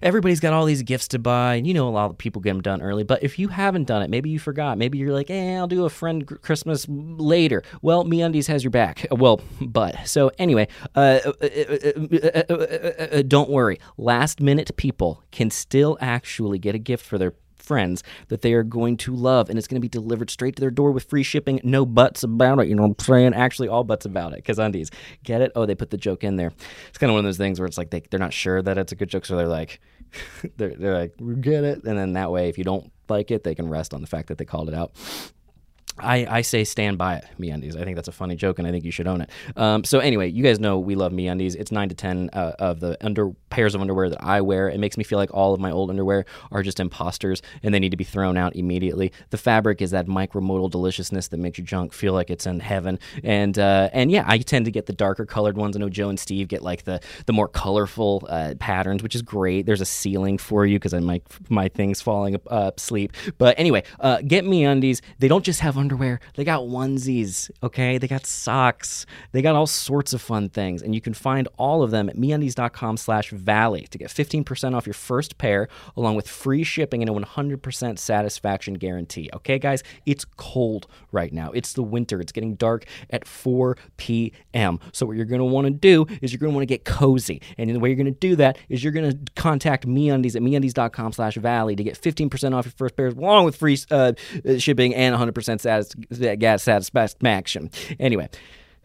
Speaker 5: Everybody's got all these gifts to buy, and you know a lot of people get them done early. But if you haven't done it, maybe you forgot. Maybe you're like, eh, I'll do a friend gr- Christmas later. Well, MeUndies has your back. Well, but so anyway, uh, uh, uh, uh, uh, uh, uh, don't worry. Last minute people can still actually get a gift for their friends that they are going to love and it's going to be delivered straight to their door with free shipping no buts about it you know what i'm saying actually all buts about it because undies get it oh they put the joke in there it's kind of one of those things where it's like they, they're not sure that it's a good joke so they're like they're, they're like we get it and then that way if you don't like it they can rest on the fact that they called it out I, I say stand by it, MeUndies. I think that's a funny joke, and I think you should own it. Um, so anyway, you guys know we love MeUndies. It's nine to ten uh, of the under pairs of underwear that I wear. It makes me feel like all of my old underwear are just imposters, and they need to be thrown out immediately. The fabric is that micromodal deliciousness that makes your junk feel like it's in heaven. And uh, and yeah, I tend to get the darker colored ones. I know Joe and Steve get like the the more colorful uh, patterns, which is great. There's a ceiling for you because my my thing's falling uh, asleep. But anyway, uh, get me undies. They don't just have underwear. They got onesies. Okay, they got socks. They got all sorts of fun things, and you can find all of them at meundies.com/valley to get 15% off your first pair, along with free shipping and a 100% satisfaction guarantee. Okay, guys, it's cold right now. It's the winter. It's getting dark at 4 p.m. So what you're gonna want to do is you're gonna want to get cozy, and the way you're gonna do that is you're gonna contact MeUndies at MeUndies.com slash Valley to get 15% off your first pair along with free uh, uh, shipping and 100% satis- uh, gas satisfaction. Anyway,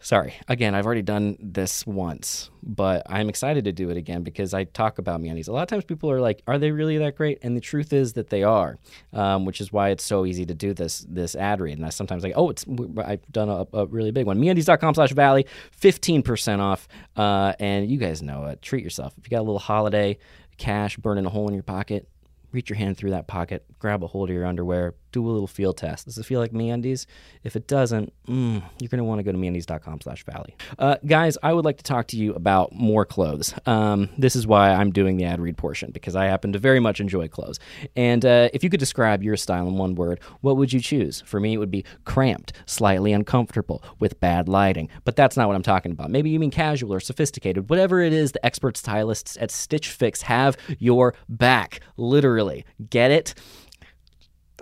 Speaker 5: sorry. Again, I've already done this once, but I'm excited to do it again because I talk about MeUndies. A lot of times people are like, are they really that great? And the truth is that they are, um, which is why it's so easy to do this this ad read. And I sometimes like, oh, it's I've done a, a really big one. MeUndies.com slash Valley, 15% off. Uh, and you guys know it. Treat yourself. If you got a little holiday cash burning a hole in your pocket, reach your hand through that pocket, grab a hold of your underwear, do a little feel test. Does it feel like MeUndies? If it doesn't, mm, you're going to want to go to MeUndies.com slash Valley. Uh, guys, I would like to talk to you about more clothes. Um, this is why I'm doing the ad read portion, because I happen to very much enjoy clothes. And uh, if you could describe your style in one word, what would you choose? For me, it would be cramped, slightly uncomfortable, with bad lighting. But that's not what I'm talking about. Maybe you mean casual or sophisticated. Whatever it is, the expert stylists at Stitch Fix have your back. Literally. Get it?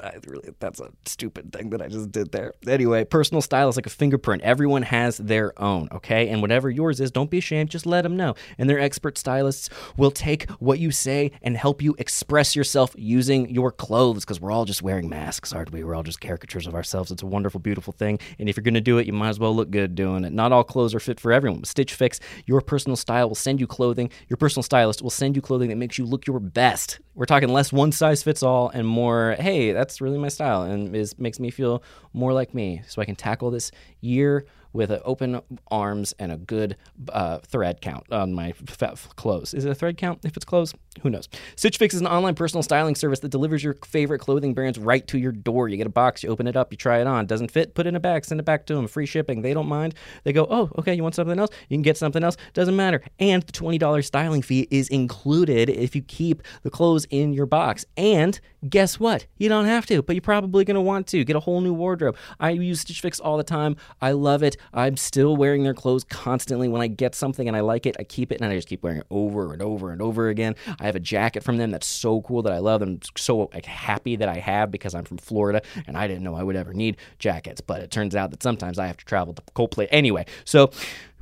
Speaker 5: I really that's a stupid thing that I just did there. Anyway, personal style is like a fingerprint. Everyone has their own, okay? And whatever yours is, don't be ashamed, just let them know. And their expert stylists will take what you say and help you express yourself using your clothes because we're all just wearing masks, aren't we? We're all just caricatures of ourselves. It's a wonderful, beautiful thing. And if you're going to do it, you might as well look good doing it. Not all clothes are fit for everyone. With Stitch Fix, your personal style will send you clothing. Your personal stylist will send you clothing that makes you look your best. We're talking less one size fits all and more, hey, that's really my style and is makes me feel more like me so I can tackle this year
Speaker 7: with uh, open arms and a good uh, thread count on my f- f- clothes. Is it a thread count? If it's clothes, who knows? Stitch Fix is an online personal styling service that delivers your favorite clothing brands right to your door. You get a box, you open it up, you try it on. Doesn't fit, put it in a bag, send it back to them. Free shipping. They don't mind. They go, oh, okay, you want something else? You can get something else. Doesn't matter. And the $20 styling fee is included if you keep the clothes in your box. And guess what? You don't have to, but you're probably going to want to. Get a whole new wardrobe. I use Stitch Fix all the time. I love it. I'm still wearing their clothes constantly. When I get something and I like it, I keep it and I just keep wearing it over and over and over again. I have a jacket from them that's so cool that I love. I'm so like, happy that I have because I'm from Florida and I didn't know I would ever need jackets, but it turns out that sometimes I have to travel to cold plate anyway. So,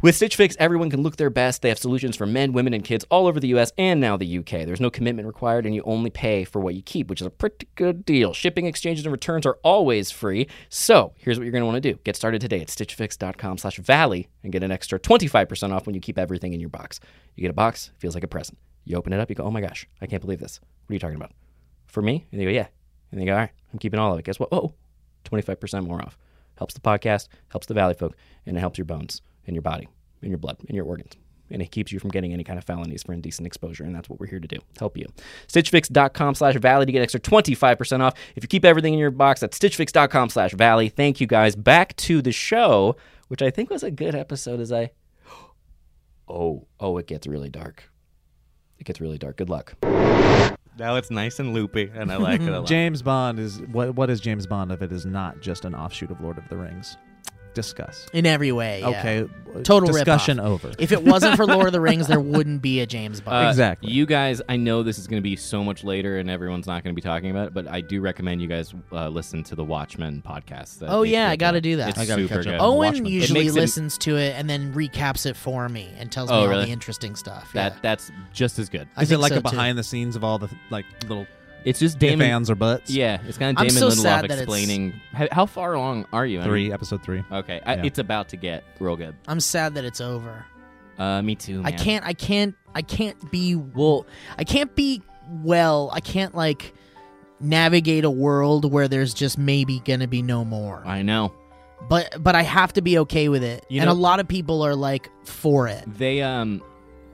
Speaker 7: with Stitch Fix, everyone can look their best. They have solutions for men, women, and kids all over the US and now the UK. There's no commitment required, and you only pay for what you keep, which is a pretty good deal. Shipping, exchanges, and returns are always free. So here's what you're going to want to do. Get started today at stitchfix.com slash valley and get an extra 25% off when you keep everything in your box. You get a box, feels like a present. You open it up, you go, oh my gosh, I can't believe this. What are you talking about? For me? And they go, yeah. And they go, all right, I'm keeping all of it. Guess what? Oh, 25% more off. Helps the podcast, helps the Valley folk, and it helps your bones and your body and your blood and your organs. And it keeps you from getting any kind of felonies for indecent exposure. And that's what we're here to do help you. StitchFix.com slash Valley to get extra 25% off. If you keep everything in your box, that's StitchFix.com slash Valley. Thank you guys. Back to the show, which I think was a good episode as I. Oh, oh, it gets really dark. It gets really dark. Good luck.
Speaker 5: Now it's nice and loopy, and I like it a lot.
Speaker 1: James Bond is what? What is James Bond if it is not just an offshoot of Lord of the Rings? Discuss.
Speaker 2: in every way. yeah.
Speaker 1: Okay, uh,
Speaker 2: Total
Speaker 1: discussion
Speaker 2: ripoff.
Speaker 1: over.
Speaker 2: If it wasn't for Lord of the Rings, there wouldn't be a James Bond.
Speaker 5: Uh,
Speaker 1: Exactly.
Speaker 5: You guys, I know this is going to be so much later, and everyone's not going to be talking about it. But I do recommend you guys uh, listen to the Watchmen podcast. that
Speaker 2: Oh,
Speaker 5: they
Speaker 2: yeah,
Speaker 5: did.
Speaker 2: I gotta do that.
Speaker 5: It's
Speaker 1: I gotta
Speaker 5: super
Speaker 1: catch up.
Speaker 5: good.
Speaker 1: Oh,
Speaker 2: Owen
Speaker 1: Watchmen. It
Speaker 2: usually
Speaker 5: makes it-
Speaker 2: listens to it and then recaps it for me and tells
Speaker 5: Oh,
Speaker 2: me all
Speaker 5: really?
Speaker 2: the interesting stuff.
Speaker 5: that
Speaker 2: yeah.
Speaker 5: that's just as good.
Speaker 2: I
Speaker 1: is it
Speaker 2: think
Speaker 1: like
Speaker 2: so,
Speaker 1: a
Speaker 2: too.
Speaker 1: behind the scenes of all the like little
Speaker 5: It's just
Speaker 1: Damon,
Speaker 5: Damon.
Speaker 1: or butts?
Speaker 5: Yeah, it's kind of
Speaker 2: I'm
Speaker 5: Damon
Speaker 2: so sad
Speaker 5: Lindelof
Speaker 2: that it's-
Speaker 5: explaining. How, how far along are you? I mean-
Speaker 1: Three episode three.
Speaker 5: Okay, I,
Speaker 1: Yeah.
Speaker 5: it's about to get real good.
Speaker 2: I'm sad that it's over.
Speaker 5: Uh, me too.
Speaker 2: I
Speaker 5: man.
Speaker 2: can't. I can't. I can't be well. I can't be well. I can't like navigate a world where there's just maybe gonna be no more.
Speaker 5: I know.
Speaker 2: but but I have to be okay with it.
Speaker 5: You
Speaker 2: and
Speaker 5: know-
Speaker 2: a lot of people are like for it,
Speaker 5: They um,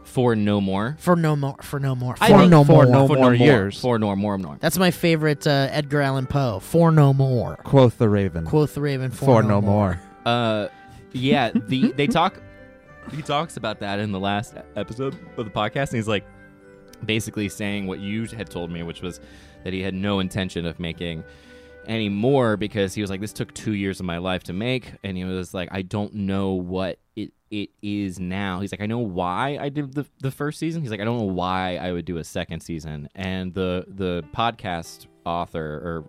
Speaker 5: for no more.
Speaker 2: for no more, for no more, for
Speaker 5: I think
Speaker 2: no
Speaker 1: for
Speaker 2: more.
Speaker 1: no-
Speaker 5: for
Speaker 1: more years.
Speaker 5: For no more. more.
Speaker 2: That's my favorite uh, Edgar Allan Poe. For no more.
Speaker 1: Quoth the Raven.
Speaker 2: Quoth the Raven. For,
Speaker 1: For no more.
Speaker 5: Uh, yeah. The they talk. He talks about that in the last e-, episode of the podcast, and he's like, basically saying what you had told me, which was that he had no intention of making any more because he was like, this took two years of my life to make, and he was like, I don't know what it it is now. He's like, I know why I did the the first season. He's like, I don't know why I would do a second season. And the the podcast author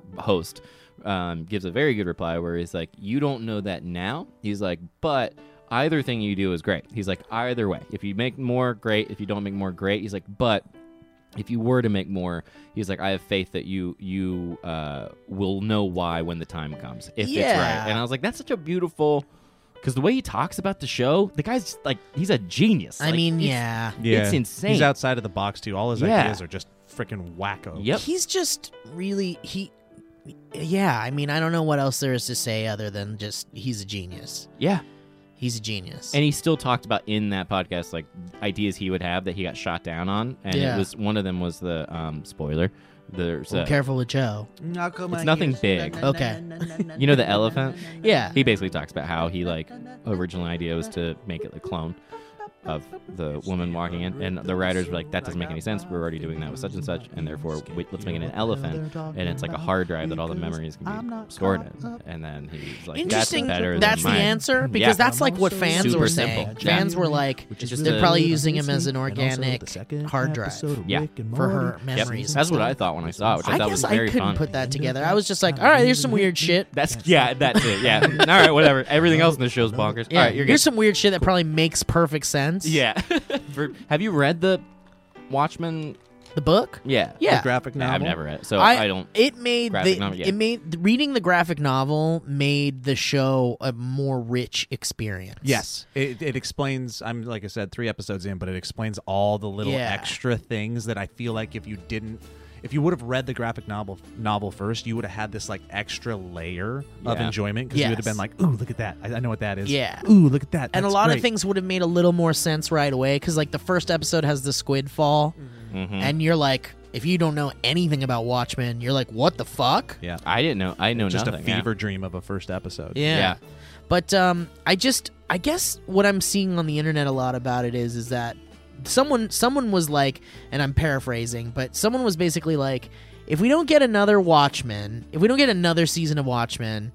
Speaker 5: or host um, gives a very good reply where he's like, You don't know that now. He's like, But either thing you do is great. He's like, Either way, if you make more, great. If you don't make more, great. He's like, But if you were to make more, he's like, I have faith that you you uh, will know why when the time comes if it's
Speaker 2: Yeah.
Speaker 5: right. And I was like, That's such a beautiful. Because the way he talks about the show, the guy's just, like, he's a genius.
Speaker 2: I
Speaker 5: Like,
Speaker 2: mean,
Speaker 5: it's-
Speaker 2: yeah.
Speaker 1: Yeah.
Speaker 5: It's insane.
Speaker 1: He's outside of the box too. All his
Speaker 5: Yeah.
Speaker 1: ideas are just freaking wacko.
Speaker 5: Yep.
Speaker 2: He's just really he. Yeah, I mean, I don't know what else there is to say other than just he's a genius.
Speaker 5: Yeah.
Speaker 2: He's a genius.
Speaker 5: And he still talked about in that podcast like ideas he would have that he got shot down on, and
Speaker 2: Yeah.
Speaker 5: it was one of them was the um, spoiler. There's
Speaker 2: Well,
Speaker 5: a,
Speaker 2: careful with Joe.
Speaker 5: it's nothing big.
Speaker 2: Okay.
Speaker 5: You know the elephant?
Speaker 2: Yeah.
Speaker 5: He basically talks about how he like original idea was to make it a clone of the woman walking in, and the writers were like, "That doesn't make any sense. We're already doing that with such and such, and therefore we, let's make it an elephant." And it's like a hard drive that all the memories can be stored in. And then he's like, "That's
Speaker 2: Interesting. That's,
Speaker 5: better than
Speaker 2: the
Speaker 5: mine."
Speaker 2: answer because
Speaker 5: Yeah.
Speaker 2: that's like what fans
Speaker 5: Super
Speaker 2: were
Speaker 5: simple.
Speaker 2: saying.
Speaker 5: Yeah. Mm-hmm.
Speaker 2: Fans were like,
Speaker 5: is
Speaker 2: they're
Speaker 5: really
Speaker 2: probably using him as an organic hard drive
Speaker 5: Yeah.
Speaker 2: for her
Speaker 5: Yep.
Speaker 2: memories.
Speaker 5: That's what I thought when I saw it, which I,
Speaker 2: I
Speaker 5: thought
Speaker 2: guess
Speaker 5: was
Speaker 2: I
Speaker 5: very
Speaker 2: couldn't
Speaker 5: fun.
Speaker 2: put that together. I was just like, all right, here's some weird shit.
Speaker 5: That's yeah, that's it. Yeah. All right, whatever. Everything else in the show's bonkers.
Speaker 2: Yeah,
Speaker 5: All right, you're good.
Speaker 2: here's some weird shit that probably makes perfect sense.
Speaker 5: Yeah. For- have you read the Watchmen?
Speaker 2: the book.
Speaker 5: Yeah.
Speaker 2: Yeah,
Speaker 1: Graphic
Speaker 5: Nah,
Speaker 1: novel.
Speaker 5: I've never read it, so
Speaker 2: I-
Speaker 5: I, don't.
Speaker 2: it made the
Speaker 5: Graphic novel, yeah.
Speaker 2: it made the- reading the graphic novel made the show a more rich experience.
Speaker 1: Yes, it, it explains. I'm like I said, three episodes in, but it explains all the little
Speaker 2: Yeah.
Speaker 1: extra things that I feel like if you didn't, if you would have read the graphic novel novel first, you would have had this like extra layer of
Speaker 5: Yeah.
Speaker 1: enjoyment because you would have been
Speaker 2: Yes.
Speaker 1: like, "Ooh, look at that! I, I know what that is."
Speaker 2: Yeah.
Speaker 1: Ooh, look at that!
Speaker 2: and a
Speaker 1: That's
Speaker 2: lot
Speaker 1: great."
Speaker 2: of things would have made a little more sense right away because like the first episode has the squid fall
Speaker 5: Mm-hmm.
Speaker 2: and you're like if you don't know anything about watchmen you're like what the fuck
Speaker 1: Yeah.
Speaker 5: I didn't know. I know
Speaker 1: Just a
Speaker 5: nothing. yeah.
Speaker 1: fever dream of a first episode.
Speaker 2: yeah.
Speaker 5: Yeah.
Speaker 2: but um i just i guess what i'm seeing on the internet a lot about it is is that someone someone was like and i'm paraphrasing but someone was basically like if we don't get another watchmen if we don't get another season of watchmen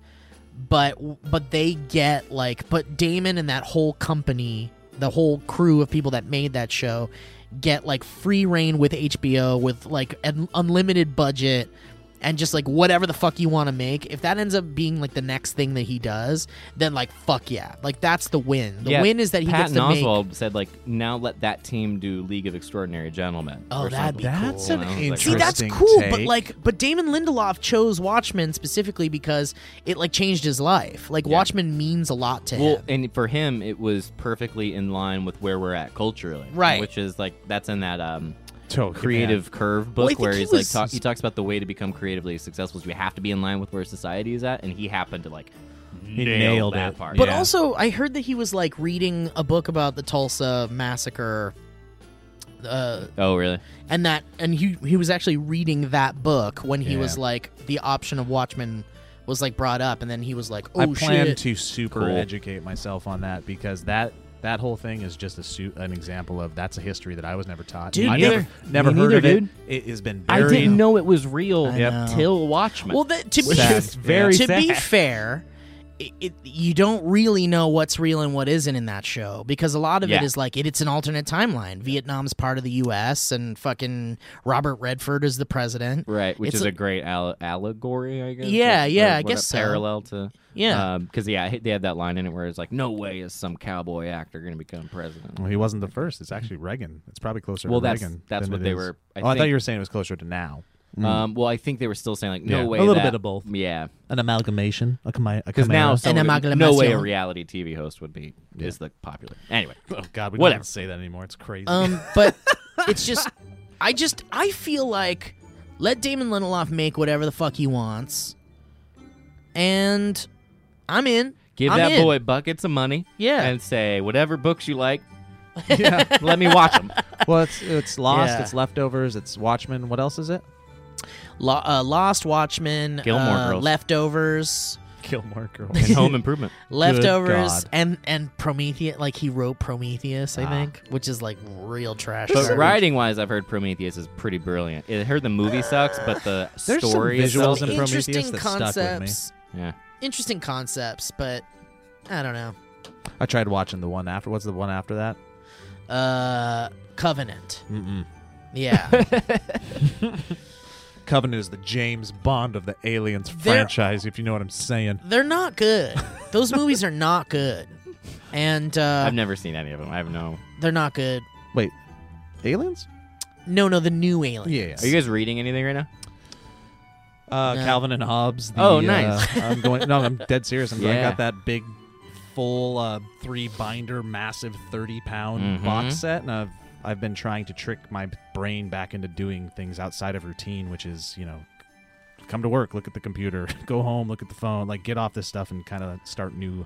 Speaker 2: but but they get like but Damon and that whole company, the whole crew of people that made that show get like free reign with HBO with like an unlimited budget and just like whatever the fuck you want to make. If that ends up being like the next thing that he does, then like fuck yeah. Like that's the win. The
Speaker 5: Yeah,
Speaker 2: win is that he gets
Speaker 5: Patton
Speaker 2: to make
Speaker 5: Oswald said, like, now let that team do League of Extraordinary Gentlemen.
Speaker 2: Oh,
Speaker 5: or
Speaker 2: that'd be
Speaker 5: something.
Speaker 1: That's
Speaker 5: cool.
Speaker 1: an
Speaker 5: And I was like,
Speaker 2: See
Speaker 1: interesting.
Speaker 2: that's cool, but
Speaker 1: take.
Speaker 2: like, but Damon Lindelof chose Watchmen specifically because it like changed his life. Like Watchmen means a lot to
Speaker 5: Well,
Speaker 2: him.
Speaker 5: and for him, it was perfectly in line with where we're at culturally,
Speaker 2: Right.
Speaker 5: Which is like that's in that um,
Speaker 1: Totally, man.
Speaker 5: creative curve
Speaker 2: Well, I
Speaker 5: book
Speaker 2: think
Speaker 5: where
Speaker 2: he
Speaker 5: he's
Speaker 2: was-
Speaker 5: like talk, he talks about the way to become creatively successful is you have to be in line with where society is at, and he happened to like
Speaker 1: He
Speaker 5: nail
Speaker 1: nailed
Speaker 5: that
Speaker 1: it.
Speaker 5: part.
Speaker 2: But
Speaker 1: Yeah.
Speaker 2: also, I heard that he was like reading a book about the Tulsa massacre, uh,
Speaker 5: oh, really?
Speaker 2: and that, and he he was actually reading that book when he
Speaker 1: Yeah.
Speaker 2: was like the option of Watchmen was like brought up, and then he was like, oh
Speaker 1: I plan
Speaker 2: shit,
Speaker 1: to super
Speaker 5: Cool.
Speaker 1: educate myself on that because that that whole thing is just a su- an example of that's a history that I was never taught.
Speaker 2: Dude,
Speaker 1: I
Speaker 2: me
Speaker 1: never,
Speaker 2: neither.
Speaker 1: never
Speaker 5: Me
Speaker 1: heard
Speaker 5: neither,
Speaker 1: of
Speaker 5: dude.
Speaker 1: it. It has been
Speaker 5: I
Speaker 1: buried.
Speaker 5: didn't know it was real
Speaker 2: Yep.
Speaker 5: till Watchmen.
Speaker 2: Well, that, to
Speaker 5: which
Speaker 2: be
Speaker 5: is very
Speaker 2: to be
Speaker 5: sad.
Speaker 2: fair, it, it, you don't really know what's real and what isn't in that show because a lot of it
Speaker 5: Yeah.
Speaker 2: is like it, it's an alternate timeline. Vietnam's part of the U.S. and fucking Robert Redford is the president.
Speaker 5: Right, which
Speaker 2: It's
Speaker 5: is
Speaker 2: a-
Speaker 5: a, great al- allegory, I guess.
Speaker 2: Yeah,
Speaker 5: or-
Speaker 2: yeah,
Speaker 5: or
Speaker 2: I
Speaker 5: what
Speaker 2: guess
Speaker 5: a
Speaker 2: so.
Speaker 5: parallel to
Speaker 2: Yeah.
Speaker 5: because yeah, I- they had that line in it where it's like, "No way is some cowboy actor going to become president."
Speaker 1: Well, he wasn't the first. It's actually Reagan. It's probably closer
Speaker 5: Well,
Speaker 1: to
Speaker 5: that's-
Speaker 1: Reagan.
Speaker 5: that's
Speaker 1: than
Speaker 5: what
Speaker 1: it
Speaker 5: they
Speaker 1: is.
Speaker 5: were-
Speaker 1: oh, I
Speaker 5: I
Speaker 1: thought
Speaker 5: think-
Speaker 1: you were saying it was closer to now.
Speaker 5: Um, well, I think they were still saying like, "No
Speaker 1: Mm. Yeah.
Speaker 5: way,"
Speaker 1: A little
Speaker 5: that-
Speaker 1: bit of both.
Speaker 5: Yeah,
Speaker 1: An amalgamation. A
Speaker 5: because now
Speaker 2: An
Speaker 5: someone would- no way a
Speaker 2: amalgamation.
Speaker 5: reality TV host would be is the popular. Anyway,
Speaker 1: Oh God, we
Speaker 5: Whatever.
Speaker 1: don't say that anymore. It's crazy.
Speaker 2: Um, but it's just, I just, I feel like let Damon Lindelof make whatever the fuck he wants, and I'm in.
Speaker 5: give
Speaker 2: I'm
Speaker 5: that
Speaker 2: in.
Speaker 5: boy buckets of money,
Speaker 2: Yeah.
Speaker 5: and say whatever books you like. let me watch them.
Speaker 1: well, it's it's Lost.
Speaker 2: Yeah.
Speaker 1: It's Leftovers. It's Watchmen. What else is it?
Speaker 2: Lo- uh, Lost Watchmen,
Speaker 5: Gilmore
Speaker 2: uh,
Speaker 5: Girls.
Speaker 2: Leftovers,
Speaker 1: Gilmore Girls.
Speaker 5: And Home Improvement.
Speaker 2: Leftovers,
Speaker 1: God.
Speaker 2: and and Prometheus. Like he wrote Prometheus, I think, which is like real trash.
Speaker 5: But
Speaker 2: garbage.
Speaker 5: writing wise, I've heard Prometheus is pretty brilliant. I heard the movie sucks, but the
Speaker 1: There's some
Speaker 5: story is
Speaker 1: visuals
Speaker 5: something-
Speaker 1: in Prometheus
Speaker 2: interesting
Speaker 1: that stuck with me.
Speaker 2: concepts,
Speaker 5: Yeah.
Speaker 2: interesting concepts, but I don't know.
Speaker 1: I tried watching the one after. What's the one after that?
Speaker 2: Uh, Covenant.
Speaker 1: Mm-mm.
Speaker 2: Yeah.
Speaker 1: Covenant is the James Bond of the Aliens
Speaker 2: There-
Speaker 1: franchise, if you know what I'm saying.
Speaker 2: They're not good. Those movies are not good. And uh,
Speaker 5: I've never seen any of them. I have no.
Speaker 2: they're not good.
Speaker 1: Wait, Aliens?
Speaker 2: No, no, the new aliens.
Speaker 5: Are you guys reading anything right now?
Speaker 1: Uh,
Speaker 2: No.
Speaker 1: Calvin and Hobbes. The,
Speaker 5: Oh, nice.
Speaker 1: uh, I'm going. No, I'm dead serious. I'm, I
Speaker 5: Yeah.
Speaker 1: got that big, full uh, three binder, massive thirty
Speaker 2: Mm-hmm.
Speaker 5: Mhm.
Speaker 1: box set, and I've I've been trying to trick my brain back into doing things outside of routine, which is you know, come to work, look at the computer, go home, look at the phone, like get off this stuff and kind of start new.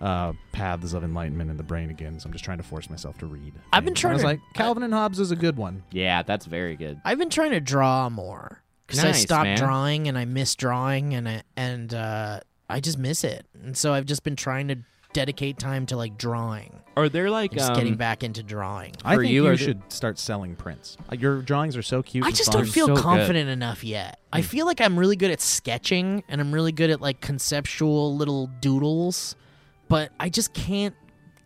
Speaker 1: Uh, paths of enlightenment in the brain again. So I'm just trying to force myself to read.
Speaker 2: I've been
Speaker 1: things.
Speaker 2: trying
Speaker 1: I was
Speaker 2: to-
Speaker 1: like Calvin and Hobbes is a good one.
Speaker 5: Yeah, that's very good.
Speaker 2: I've been trying to draw more because I
Speaker 5: Nice,
Speaker 2: stopped
Speaker 5: man.
Speaker 2: drawing and I miss drawing and I, and uh, I just miss it. And so I've just been trying to dedicate time to like drawing,
Speaker 5: Are there like um,
Speaker 2: just
Speaker 1: um,
Speaker 2: getting back into drawing.
Speaker 1: I
Speaker 5: For
Speaker 1: think
Speaker 5: you,
Speaker 1: you,
Speaker 5: are the-
Speaker 1: should start selling prints. Uh, Your drawings are so Hmm. cute.
Speaker 2: I
Speaker 1: and
Speaker 2: just
Speaker 1: fun.
Speaker 2: don't feel
Speaker 5: so good.
Speaker 2: confident enough yet. I feel like I'm really good at sketching and I'm really good at like conceptual little doodles, but I just can't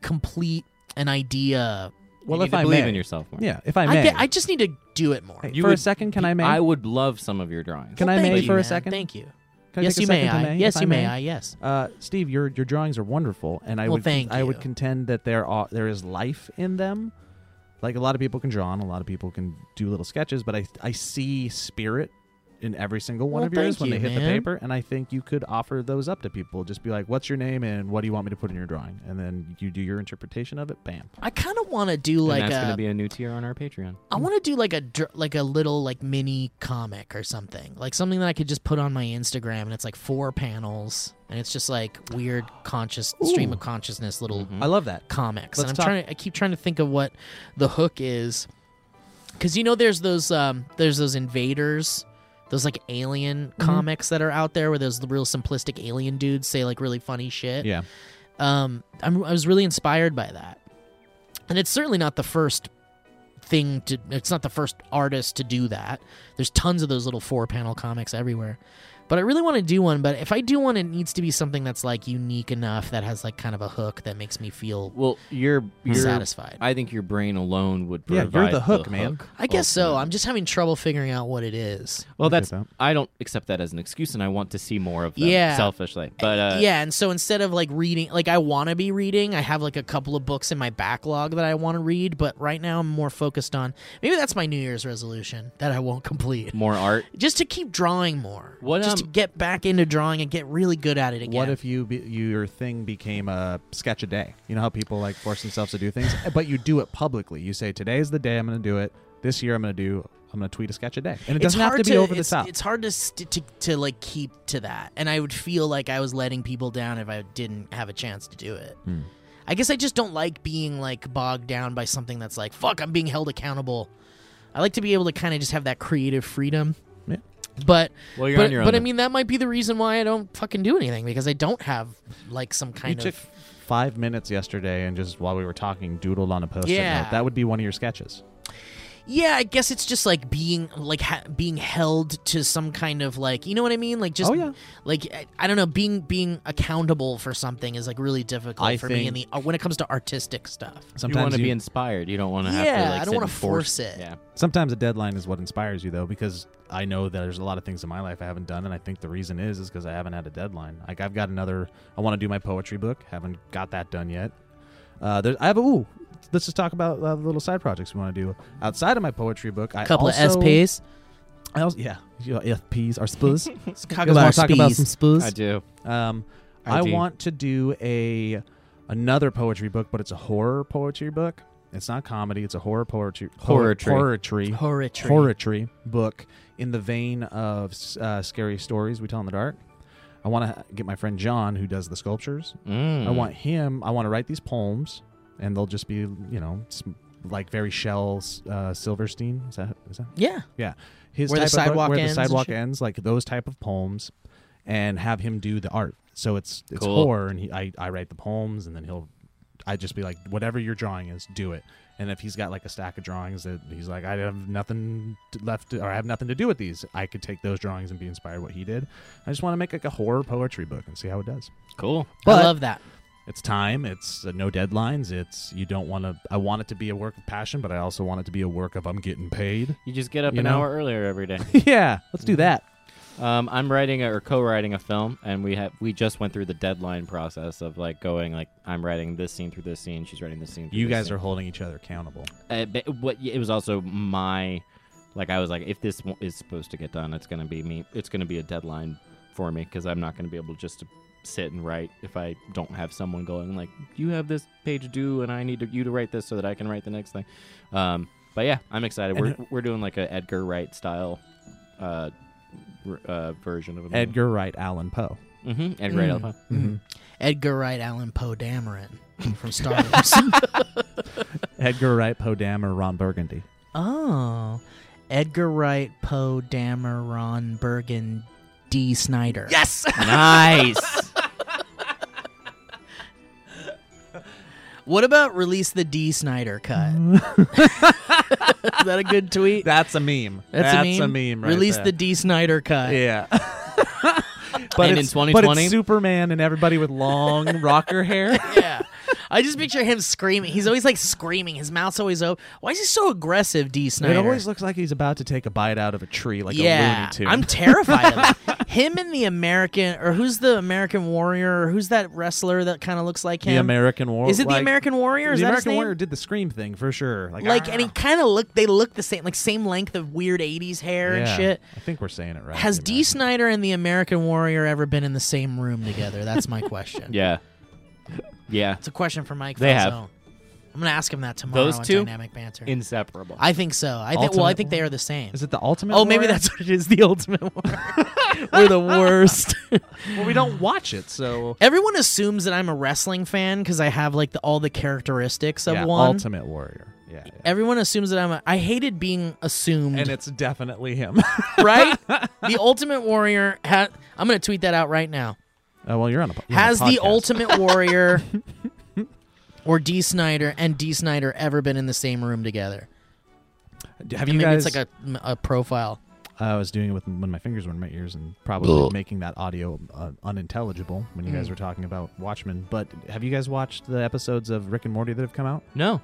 Speaker 2: complete an idea.
Speaker 1: Well,
Speaker 5: you
Speaker 1: if
Speaker 5: need to
Speaker 1: I
Speaker 5: believe
Speaker 1: may.
Speaker 5: in yourself more.
Speaker 1: Yeah, if I
Speaker 2: I,
Speaker 1: may.
Speaker 2: get, I just need to do it more.
Speaker 1: Hey,
Speaker 5: You
Speaker 1: for a
Speaker 5: would-
Speaker 1: second, can I may?
Speaker 5: I would love some of your drawings.
Speaker 1: Can I
Speaker 2: Well, thank
Speaker 1: may
Speaker 2: you,
Speaker 1: for a
Speaker 2: man.
Speaker 1: second?
Speaker 2: Thank you.
Speaker 1: Can I
Speaker 2: yes,
Speaker 1: take a
Speaker 2: you may.
Speaker 1: second to
Speaker 2: I,
Speaker 1: may,
Speaker 2: yes,
Speaker 1: if
Speaker 2: you
Speaker 1: I
Speaker 2: may.
Speaker 1: may?
Speaker 2: I, yes.
Speaker 1: uh, Steve, your your drawings are wonderful, and I
Speaker 2: Well,
Speaker 1: would con-
Speaker 2: thank
Speaker 1: I
Speaker 2: you.
Speaker 1: would contend that there are there is life in them. Like a lot of people can draw, and a lot of people can do little sketches, but I I see spirit in every single one
Speaker 2: Well,
Speaker 1: of yours
Speaker 2: thank
Speaker 1: when they
Speaker 2: you,
Speaker 1: hit the
Speaker 2: man.
Speaker 1: paper. And I think you could offer those up to people. Just be like, "What's your name and what do you want me to put in your drawing?" And then you do your interpretation of it. Bam.
Speaker 2: I kind of want to do like
Speaker 5: and that's
Speaker 2: a
Speaker 5: gonna be a new tier on our Patreon.
Speaker 2: I want to do like a dr- like a little like mini comic or something, like something that I could just put on my Instagram, and it's like four panels, and it's just like weird conscious stream of consciousness little
Speaker 1: I love that.
Speaker 2: comics. and
Speaker 1: Let's
Speaker 2: I'm
Speaker 1: talk-
Speaker 2: trying to I keep trying to think of what the hook is, because you know there's those um there's those invaders. Those like alien
Speaker 1: Mm-hmm.
Speaker 2: comics that are out there, where those real simplistic alien dudes say like really funny shit
Speaker 1: Yeah.
Speaker 2: um, I'm, I was really inspired by that. And it's certainly not the first thing to, it's not the first artist to do that. There's tons of those little four panel comics everywhere. But I really want to do one. But if I do one, it needs to be something that's like unique enough that has like kind of a hook that makes me feel
Speaker 5: Well, you're, you're
Speaker 2: satisfied.
Speaker 5: I think your brain alone would
Speaker 1: Yeah,
Speaker 5: provide
Speaker 1: you're the hook, man.
Speaker 2: I guess so. I'm just having trouble figuring out what it is.
Speaker 5: Well,
Speaker 1: get
Speaker 5: that's I don't accept that as an excuse, and I want to see more of them.
Speaker 2: Yeah.
Speaker 5: selfishly, but uh,
Speaker 2: yeah, and so instead of like reading, like I want to be reading, I have like a couple of books in my backlog that I want to read, but right now I'm more focused on maybe that's my New Year's resolution that I won't complete.
Speaker 5: more art.
Speaker 2: Just to keep drawing more.
Speaker 5: What,
Speaker 2: just to
Speaker 5: um,
Speaker 2: get back into drawing and get really good at it again.
Speaker 1: What if you be, your thing became a sketch a day? You know how people like force themselves to do things, but you do it publicly. You say, "Today's the day I'm going to do it. This year I'm going to do. I'm going to tweet a sketch a day." And it doesn't have
Speaker 2: hard
Speaker 1: to be over the
Speaker 2: it's-
Speaker 1: top.
Speaker 2: It's hard to, st- to to like keep to that, and I would feel like I was letting people down if I didn't have a chance to do it.
Speaker 1: Hmm.
Speaker 2: I guess I just don't like being like bogged down by something that's like fuck. I'm being held accountable. I like to be able to kind of just have that creative freedom.
Speaker 1: Yeah.
Speaker 2: But
Speaker 5: Well, you're
Speaker 2: but,
Speaker 5: on your own.
Speaker 2: but I
Speaker 5: then.
Speaker 2: mean that might be the reason why I don't fucking do anything because I don't have like some
Speaker 1: You
Speaker 2: kind
Speaker 1: took
Speaker 2: of
Speaker 1: five minutes yesterday and just while we were talking, doodled on a post.
Speaker 2: Yeah.
Speaker 1: note. that would be one of your sketches.
Speaker 2: yeah. I guess it's just like being like ha- being held to some kind of like you know what I mean like just
Speaker 1: Oh, yeah.
Speaker 2: like I, I don't know being being accountable for something is like really difficult
Speaker 1: I
Speaker 2: for me in the
Speaker 1: think-
Speaker 2: uh, when it comes to artistic stuff.
Speaker 5: you want
Speaker 1: Sometimes
Speaker 5: to
Speaker 1: you-
Speaker 5: be inspired. You don't want to have
Speaker 2: Yeah,
Speaker 5: to. Like,
Speaker 2: I don't
Speaker 5: sit
Speaker 2: wanna
Speaker 5: and
Speaker 2: force it.
Speaker 5: Yeah,
Speaker 1: sometimes a deadline is what inspires you though, because I know that there's a lot of things in my life I haven't done, and I think the reason is is because I haven't had a deadline. Like I've got another. I want to do my poetry book. Haven't got that done yet. Uh, there, I have a ooh. Let's just talk about uh, little side projects we want to do outside of my poetry book. I
Speaker 2: couple
Speaker 1: also-
Speaker 2: of SPs.
Speaker 1: I also, yeah, you know, FPs or spurs.
Speaker 2: Let's
Speaker 1: You guys wanna talk about some
Speaker 5: I do.
Speaker 1: Um,
Speaker 5: I
Speaker 1: I,
Speaker 5: do.
Speaker 1: want to do a another poetry book, but it's a horror poetry book. It's not comedy. It's a horror poetry
Speaker 5: Horrortry.
Speaker 1: poetry
Speaker 2: Horritry.
Speaker 1: poetry book in the vein of uh, scary stories we tell in the dark. I want to get my friend John, who does the sculptures.
Speaker 5: Mm.
Speaker 1: I want him. I want to write these poems, and they'll just be you know s- like very Shell uh, Silverstein. Is that is that
Speaker 2: yeah.
Speaker 1: yeah, his
Speaker 2: Where the
Speaker 1: type of book-
Speaker 2: sidewalk
Speaker 1: where
Speaker 2: ends
Speaker 1: the
Speaker 2: and
Speaker 1: sidewalk
Speaker 2: shit.
Speaker 1: ends, like those type of poems, and have him do the art. So it's it's
Speaker 5: Cool.
Speaker 1: horror, and he, I I write the poems, and then he'll I just be like, whatever your drawing is, do it. And if he's got like a stack of drawings that he's like, I have nothing to- left, to, or I have nothing to do with these, I could take those drawings and be inspired what he did. I just want to make like a horror poetry book and see how it does.
Speaker 5: cool.
Speaker 2: I
Speaker 1: But-
Speaker 2: love that.
Speaker 1: It's time. It's uh, no deadlines. It's you don't want to. I want it to be a work of passion, but I also want it to be a work of I'm getting paid. Mm-hmm.
Speaker 5: You just get up
Speaker 1: You
Speaker 5: an
Speaker 1: know?
Speaker 5: hour earlier every day.
Speaker 1: yeah, let's do that.
Speaker 5: Um, I'm writing a, or co-writing a film, and we have we just went through the deadline process of like going like I'm writing this scene through this scene, she's writing this scene. Through
Speaker 1: You guys are holding each other accountable.
Speaker 5: are. Uh, but what it was also my, like I was like, if this w- is supposed to get done, it's gonna be me. It's gonna be a deadline for me because I'm not gonna be able just to sit and write if I don't have someone going like you have this page due and I need to, you to write this so that I can write the next thing. Um, but yeah, I'm excited. We're we're doing like a Edgar Wright style. Uh, r- uh, version of a movie.
Speaker 1: Edgar Wright Allan Poe.
Speaker 5: Mm-hmm. Edgar
Speaker 1: Mm.
Speaker 5: Wright Allan Poe.
Speaker 2: Edgar Wright Allan Poe Dameron from Star Wars.
Speaker 1: Edgar Wright Poe Dameron Ron Burgundy.
Speaker 2: oh, Edgar Wright Poe Dameron Burgundy Snyder. Yes.
Speaker 5: Nice.
Speaker 2: What about release the D Snyder cut? Is that a good tweet?
Speaker 1: That's a meme.
Speaker 2: That's, a meme. Release the D Snyder cut.
Speaker 1: Yeah. but
Speaker 5: And in
Speaker 1: it's-
Speaker 5: 2020?
Speaker 1: Superman and everybody with long rocker hair.
Speaker 2: Yeah. I just picture him screaming. He's always like screaming. His mouth's always open. Why is he so aggressive, D. Snyder?
Speaker 1: It always looks like he's about to take a bite out of a tree, like a
Speaker 2: yeah,
Speaker 1: Looney Tune.
Speaker 2: I'm terrified of it. him and the American, or who's the American Warrior, or who's that wrestler that kind of looks like him?
Speaker 1: the American Warrior.
Speaker 2: Is it the American Warrior? Is
Speaker 1: the
Speaker 2: that his
Speaker 1: American
Speaker 2: name?
Speaker 1: Warrior did the scream thing for sure. Like, ah,
Speaker 2: Like,
Speaker 1: "Argh."
Speaker 2: and he kind of look. They look the same, like same length of weird '80s hair and
Speaker 1: Yeah,
Speaker 2: shit.
Speaker 1: I think we're saying it right.
Speaker 2: Has
Speaker 1: The
Speaker 2: D. Snyder and the American Warrior ever been in the same room together? That's my question.
Speaker 5: Yeah. Yeah.
Speaker 2: It's a question for Mike.
Speaker 5: They
Speaker 2: Falzone.
Speaker 5: have.
Speaker 2: I'm gonna ask him that tomorrow.
Speaker 5: Those
Speaker 2: on
Speaker 5: two?
Speaker 2: Dynamic banter.
Speaker 5: Inseparable.
Speaker 2: I think so. I think. Well, I
Speaker 1: Ultimate
Speaker 2: think they are the same.
Speaker 1: Is it the ultimate?
Speaker 2: Oh, maybe
Speaker 1: Warrior?
Speaker 2: that's what it is. The ultimate warrior. We're the worst.
Speaker 1: Well, we don't watch it, so
Speaker 2: Everyone assumes that I'm a wrestling fan because I have like the, all the characteristics of
Speaker 1: yeah,
Speaker 2: one.
Speaker 1: ultimate warrior. Yeah, yeah.
Speaker 2: Everyone assumes that I'm. A, I hated being assumed.
Speaker 1: and it's definitely him.
Speaker 2: right? the Ultimate Warrior. Ha- I'm gonna tweet that out right now.
Speaker 1: oh well, you're on a. po- you're on a
Speaker 2: Has the
Speaker 1: podcast.
Speaker 2: Ultimate Warrior or D. Snyder and D. Snyder ever been in the same room together?
Speaker 1: Have
Speaker 2: And
Speaker 1: you
Speaker 2: maybe
Speaker 1: guys?
Speaker 2: it's like a, a profile.
Speaker 1: I was doing it with when my fingers were in my ears and probably making that audio uh, unintelligible when you
Speaker 2: Mm.
Speaker 1: guys were talking about Watchmen. But have you guys watched the episodes of Rick and Morty that have come out?
Speaker 5: no.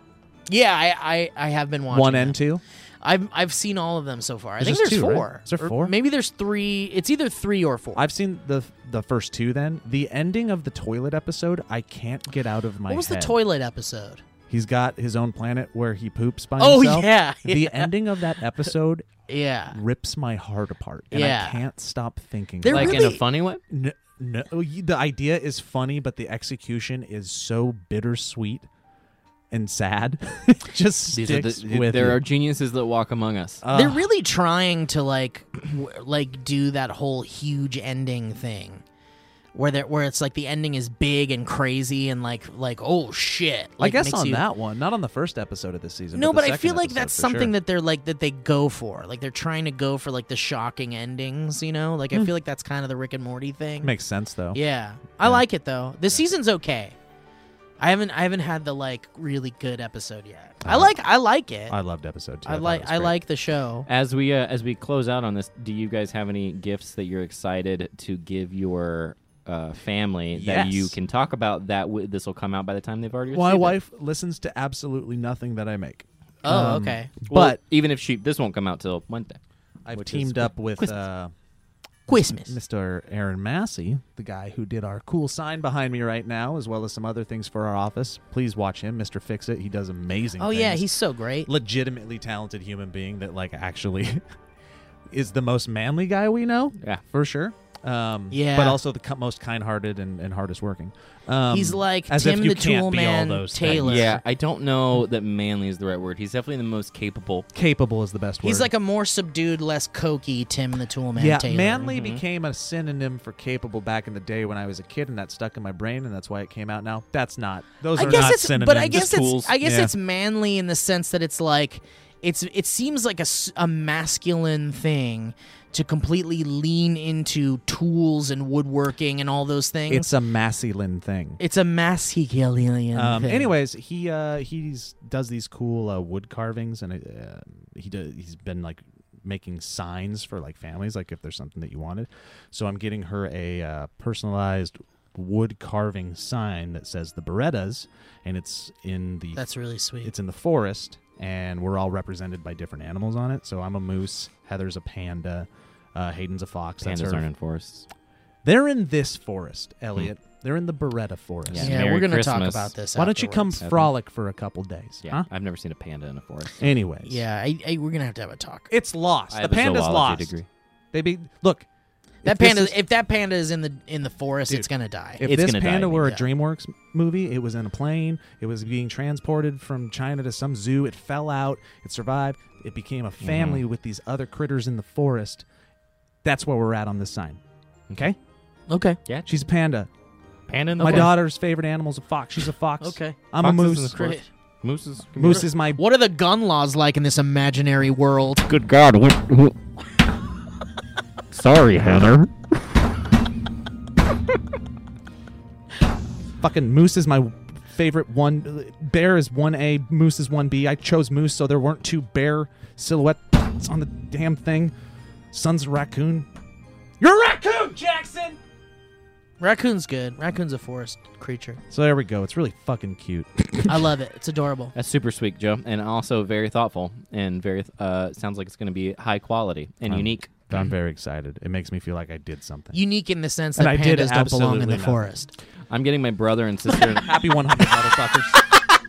Speaker 2: Yeah, I, I, I have been watching
Speaker 1: One
Speaker 2: that.
Speaker 1: and two.
Speaker 2: I've I've seen all of them so far. I
Speaker 1: There's
Speaker 2: think there's
Speaker 1: just two, right?
Speaker 2: four.
Speaker 1: Is there
Speaker 2: Or
Speaker 1: four?
Speaker 2: Maybe there's three. It's either three or four.
Speaker 1: I've seen the the first two. Then the ending of the toilet episode, I can't get out of my.
Speaker 2: what was
Speaker 1: head.
Speaker 2: the toilet episode?
Speaker 1: He's got his own planet where he poops by
Speaker 2: Oh,
Speaker 1: himself.
Speaker 2: yeah, yeah.
Speaker 1: The ending of that episode
Speaker 2: Yeah.
Speaker 1: rips my heart apart, and
Speaker 2: Yeah.
Speaker 1: I can't stop thinking.
Speaker 2: They're
Speaker 1: about
Speaker 5: Like
Speaker 1: it.
Speaker 5: in
Speaker 2: really-
Speaker 5: a funny way?
Speaker 1: N- no, you- the idea is funny, but the execution is so bittersweet and sad. It Just
Speaker 5: These
Speaker 1: sticks
Speaker 5: are the,
Speaker 1: with
Speaker 5: there
Speaker 1: you. Uh,
Speaker 5: are geniuses that walk among us.
Speaker 1: Ugh.
Speaker 2: They're really trying to like w- like do that whole huge ending thing. Where they where it's like the ending is big and crazy and like like oh shit.
Speaker 1: I
Speaker 2: Like,
Speaker 1: guess
Speaker 2: makes
Speaker 1: on
Speaker 2: you-
Speaker 1: that one, not on the first episode of this season.
Speaker 2: No,
Speaker 1: but,
Speaker 2: but
Speaker 1: the
Speaker 2: I feel
Speaker 1: second
Speaker 2: like
Speaker 1: episode
Speaker 2: that's
Speaker 1: for
Speaker 2: something
Speaker 1: sure.
Speaker 2: that they're like that they go for. Like they're trying to go for like the shocking endings, you know? Like I feel like that's kind of the Rick and Morty thing.
Speaker 1: Hmm. makes sense though.
Speaker 2: Yeah, I like it though. The season's okay. I haven't I haven't had the like really good episode yet. I like I like it.
Speaker 1: Uh-huh. I
Speaker 2: I,
Speaker 1: loved episode two. thought it
Speaker 2: like
Speaker 1: was
Speaker 2: I
Speaker 1: great.
Speaker 2: like the show.
Speaker 5: As we uh, as we close out on this, do you guys have any gifts that you're excited to give your uh, family that
Speaker 1: Yes.
Speaker 5: you can talk about? That w- this will come out by the time they've already.
Speaker 1: My
Speaker 5: received it?
Speaker 1: wife listens to absolutely nothing that I make.
Speaker 2: Oh,
Speaker 1: Um,
Speaker 2: okay.
Speaker 5: Well,
Speaker 1: But
Speaker 5: even if she, this won't come out till Wednesday.
Speaker 1: I've
Speaker 5: which is
Speaker 1: teamed up with uh,
Speaker 2: Christmas.
Speaker 1: Mr. Aaron Massey, the guy who did our cool sign behind me right now, as well as some other things for our office. Please watch him, Mr. Fix It. He does amazing.
Speaker 2: Oh yeah,
Speaker 1: things.
Speaker 2: he's so great.
Speaker 1: legitimately talented human being that like actually is the most manly guy we know.
Speaker 5: Yeah.
Speaker 1: for sure. Um,
Speaker 2: Yeah.
Speaker 1: but also the ki- most kind-hearted and, and hardest working. Um,
Speaker 2: He's like
Speaker 1: as
Speaker 2: Tim
Speaker 1: if you
Speaker 2: the
Speaker 1: can't
Speaker 2: Tool
Speaker 1: be all
Speaker 2: Man
Speaker 1: those
Speaker 2: Taylor.
Speaker 1: things.
Speaker 5: Yeah, I don't know that manly is the right word. He's definitely the most capable.
Speaker 1: Capable is the best word.
Speaker 2: He's like a more subdued, less cokey Tim the Tool Man
Speaker 1: yeah,
Speaker 2: Taylor.
Speaker 1: manly
Speaker 2: Mm-hmm.
Speaker 1: became a synonym for capable back in the day when I was a kid, and that stuck in my brain, and that's why it came out now. That's not. Those
Speaker 2: I
Speaker 1: are
Speaker 2: guess
Speaker 1: not
Speaker 2: it's
Speaker 1: synonyms.
Speaker 2: but I guess
Speaker 5: tools.
Speaker 2: it's I guess
Speaker 1: Yeah.
Speaker 2: it's manly in the sense that it's like it's it seems like a, s- a masculine thing to completely lean into tools and woodworking and all those things.
Speaker 1: it's a masculine thing.
Speaker 2: It's a masculine
Speaker 1: Um,
Speaker 2: thing.
Speaker 1: anyways, he uh, he's does these cool uh, wood carvings, and uh, he does, he's been like making signs for like families, like if there's something that you wanted. So I'm getting her a uh, personalized wood carving sign that says the Berettas, and it's in the
Speaker 2: that's really sweet.
Speaker 1: it's in the forest, and we're all represented by different animals on it. So I'm a moose, Heather's a panda, uh, Hayden's a fox. That's
Speaker 5: Pandas
Speaker 1: her-
Speaker 5: aren't in forests.
Speaker 1: They're in this forest, Elliot. They're in the Beretta forest.
Speaker 5: Yeah.
Speaker 2: yeah,
Speaker 5: Merry
Speaker 2: we're gonna talk
Speaker 5: Christmas.
Speaker 2: about this.
Speaker 1: Why don't you come
Speaker 2: afterwards.
Speaker 5: Evan.
Speaker 1: frolic for a couple days?
Speaker 5: Yeah,
Speaker 1: huh?
Speaker 5: I've never seen a panda in a forest.
Speaker 1: Anyways.
Speaker 2: Yeah, I, I, we're gonna have to have a talk.
Speaker 1: It's lost.
Speaker 5: I
Speaker 1: the
Speaker 5: have a
Speaker 1: panda's
Speaker 5: zoology
Speaker 1: lost.
Speaker 5: degree.
Speaker 1: Baby, look.
Speaker 2: that
Speaker 1: if this
Speaker 2: panda,
Speaker 1: is-
Speaker 2: if that panda is in the in the forest, it's gonna die.
Speaker 1: if
Speaker 5: It's
Speaker 1: this
Speaker 5: gonna die,
Speaker 1: panda
Speaker 5: I mean,
Speaker 1: were a
Speaker 2: yeah.
Speaker 1: DreamWorks movie, it was in a plane. It was being transported from China to some zoo. It fell out. It survived. It became
Speaker 5: Mm-hmm.
Speaker 1: a family with these other critters in the forest. That's where we're at on this sign. Okay?
Speaker 2: okay,
Speaker 1: She's a panda.
Speaker 5: Panda in the
Speaker 1: My
Speaker 5: forest.
Speaker 1: daughter's favorite animal's a fox. She's a fox.
Speaker 2: Okay.
Speaker 1: I'm a
Speaker 5: Foxes in
Speaker 1: moose.
Speaker 5: the forest. Mooses. can be
Speaker 1: Moose is my
Speaker 2: What are the gun laws like in this imaginary world?
Speaker 7: Good God. What, what? Sorry, Heather.
Speaker 1: Fucking moose is my favorite one. Bear is one A. Moose is one B. I chose moose, so there weren't two bear silhouettes on the damn thing. Son's a raccoon. You're a raccoon, Jackson.
Speaker 2: Raccoon's good. Raccoon's a forest creature.
Speaker 1: So there we go. It's really fucking cute.
Speaker 2: I love it. It's adorable.
Speaker 5: That's super sweet, Joe, and also very thoughtful and very uh, sounds like it's going to be high quality and
Speaker 1: Um,
Speaker 5: unique.
Speaker 1: I'm very excited. It makes me feel like I did something.
Speaker 2: Unique in the sense that
Speaker 1: And I did
Speaker 2: pandas don't belong in
Speaker 1: absolutely
Speaker 2: the
Speaker 1: nothing.
Speaker 2: forest.
Speaker 5: I'm getting my brother and sister.
Speaker 1: Happy 100 motherfuckers.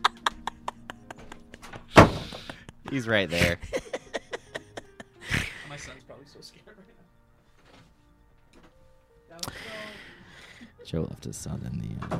Speaker 5: He's right there. Joe left his son in the. Uh,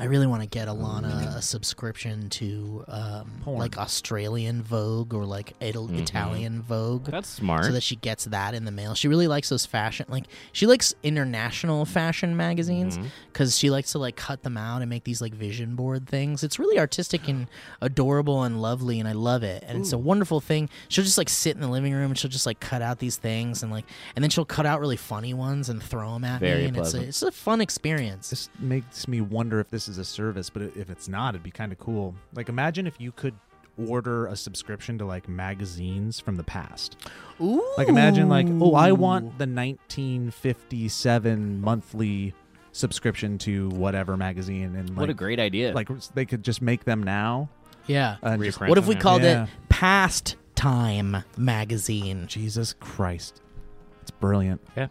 Speaker 2: I really want to get Alana a subscription to um,
Speaker 1: Porn. Mm-hmm.
Speaker 2: like Australian Vogue or like Ital- Italian Vogue.
Speaker 5: that's smart.
Speaker 2: so that she gets that in the mail. She really likes those fashion, like she likes international fashion magazines
Speaker 5: Mm-hmm.
Speaker 2: because she likes to like cut them out and make these like vision board things. It's really artistic and adorable and lovely, and I love it. And it's a wonderful thing. She'll just like sit in the living room and she'll just like cut out these things and like, and then she'll cut out really funny ones and throw them at
Speaker 5: Very
Speaker 2: me. And it's a,
Speaker 5: pleasant.
Speaker 2: it's a fun experience.
Speaker 1: This makes me wonder if this is a service, but if it's not, it'd be kind of cool. Like, imagine if you could order a subscription to like magazines from the past.
Speaker 2: Ooh,
Speaker 1: Like, imagine like, oh, I want the 1957 monthly subscription to whatever magazine, and like,
Speaker 5: what a great idea!
Speaker 1: like they could just make them now.
Speaker 2: yeah.
Speaker 1: And just-
Speaker 5: Reprint.
Speaker 2: What if we
Speaker 5: Yeah.
Speaker 2: called
Speaker 1: Yeah.
Speaker 2: it Past Time Magazine?
Speaker 1: Jesus Christ, it's brilliant.
Speaker 5: Yeah.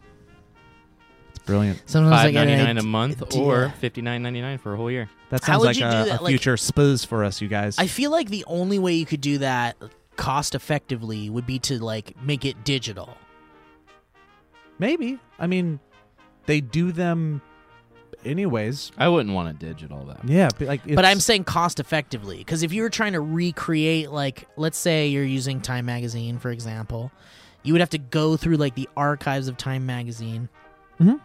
Speaker 1: it's brilliant.
Speaker 2: Sometimes I
Speaker 5: five
Speaker 2: get
Speaker 5: ninety
Speaker 2: an
Speaker 5: nine a
Speaker 2: idea-
Speaker 5: month or fifty nine ninety nine for a whole year.
Speaker 1: That
Speaker 2: How
Speaker 1: sounds
Speaker 2: would
Speaker 1: like
Speaker 2: you
Speaker 1: a,
Speaker 2: do
Speaker 1: a
Speaker 2: that? Like-
Speaker 1: future spooz for us, you guys.
Speaker 2: I feel like the only way you could do that cost effectively would be to like make it digital.
Speaker 1: Maybe. I mean, they do them anyways.
Speaker 5: I wouldn't want it digital though.
Speaker 1: Yeah, but like, it's,
Speaker 2: but I'm saying cost effectively because if you were trying to recreate, like, let's say you're using Time Magazine for example, you would have to go through like the archives of Time Magazine
Speaker 5: Mm-hmm.
Speaker 1: Mhm.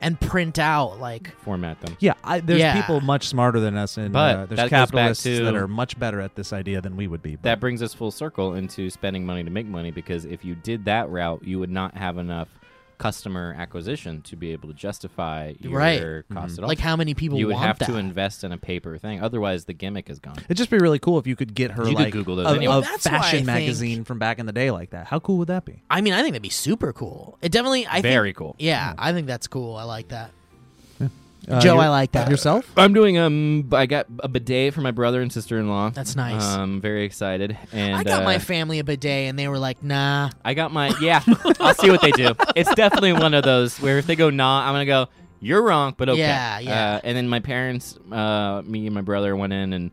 Speaker 2: and print out like
Speaker 5: Format them.
Speaker 1: Yeah, I, there's
Speaker 2: Yeah.
Speaker 1: people much smarter than us, and
Speaker 5: But
Speaker 1: uh, there's
Speaker 5: that goes back
Speaker 1: capitalists
Speaker 5: to-
Speaker 1: that are much better at this idea than we would be. But
Speaker 5: That brings us full circle into spending money to make money because if you did that route, you would not have enough customer acquisition to be able to justify your
Speaker 2: Right. Mm-hmm.
Speaker 5: cost at all.
Speaker 2: like how many people
Speaker 5: you would
Speaker 2: want
Speaker 5: have
Speaker 2: that.
Speaker 5: to invest in a paper thing. Otherwise, the gimmick is gone.
Speaker 1: it'd just be really cool if you could get her
Speaker 5: You could
Speaker 1: like
Speaker 5: Google those
Speaker 1: a,
Speaker 5: anyway.
Speaker 1: a
Speaker 2: That's why I
Speaker 1: fashion
Speaker 2: think-
Speaker 1: magazine from back in the day like that. How cool would that be?
Speaker 2: I mean, I think that'd be super cool. It definitely, I
Speaker 5: Very
Speaker 2: think,
Speaker 5: cool. Mm-hmm.
Speaker 2: Yeah, I think that's cool. I like that.
Speaker 1: Uh,
Speaker 2: Joe,
Speaker 1: your-
Speaker 2: I like that.
Speaker 1: yourself.
Speaker 5: I'm doing um. I got a bidet for my brother and sister in law.
Speaker 2: That's nice.
Speaker 5: Um, very excited. And
Speaker 2: I got
Speaker 5: uh,
Speaker 2: my family a bidet, and they were like, "Nah,
Speaker 5: I got my yeah. I'll see what they do. It's definitely one of those where if they go nah, I'm gonna go. You're wrong, but okay.
Speaker 2: Yeah, yeah.
Speaker 5: Uh, and then my parents, uh, me and my brother went in and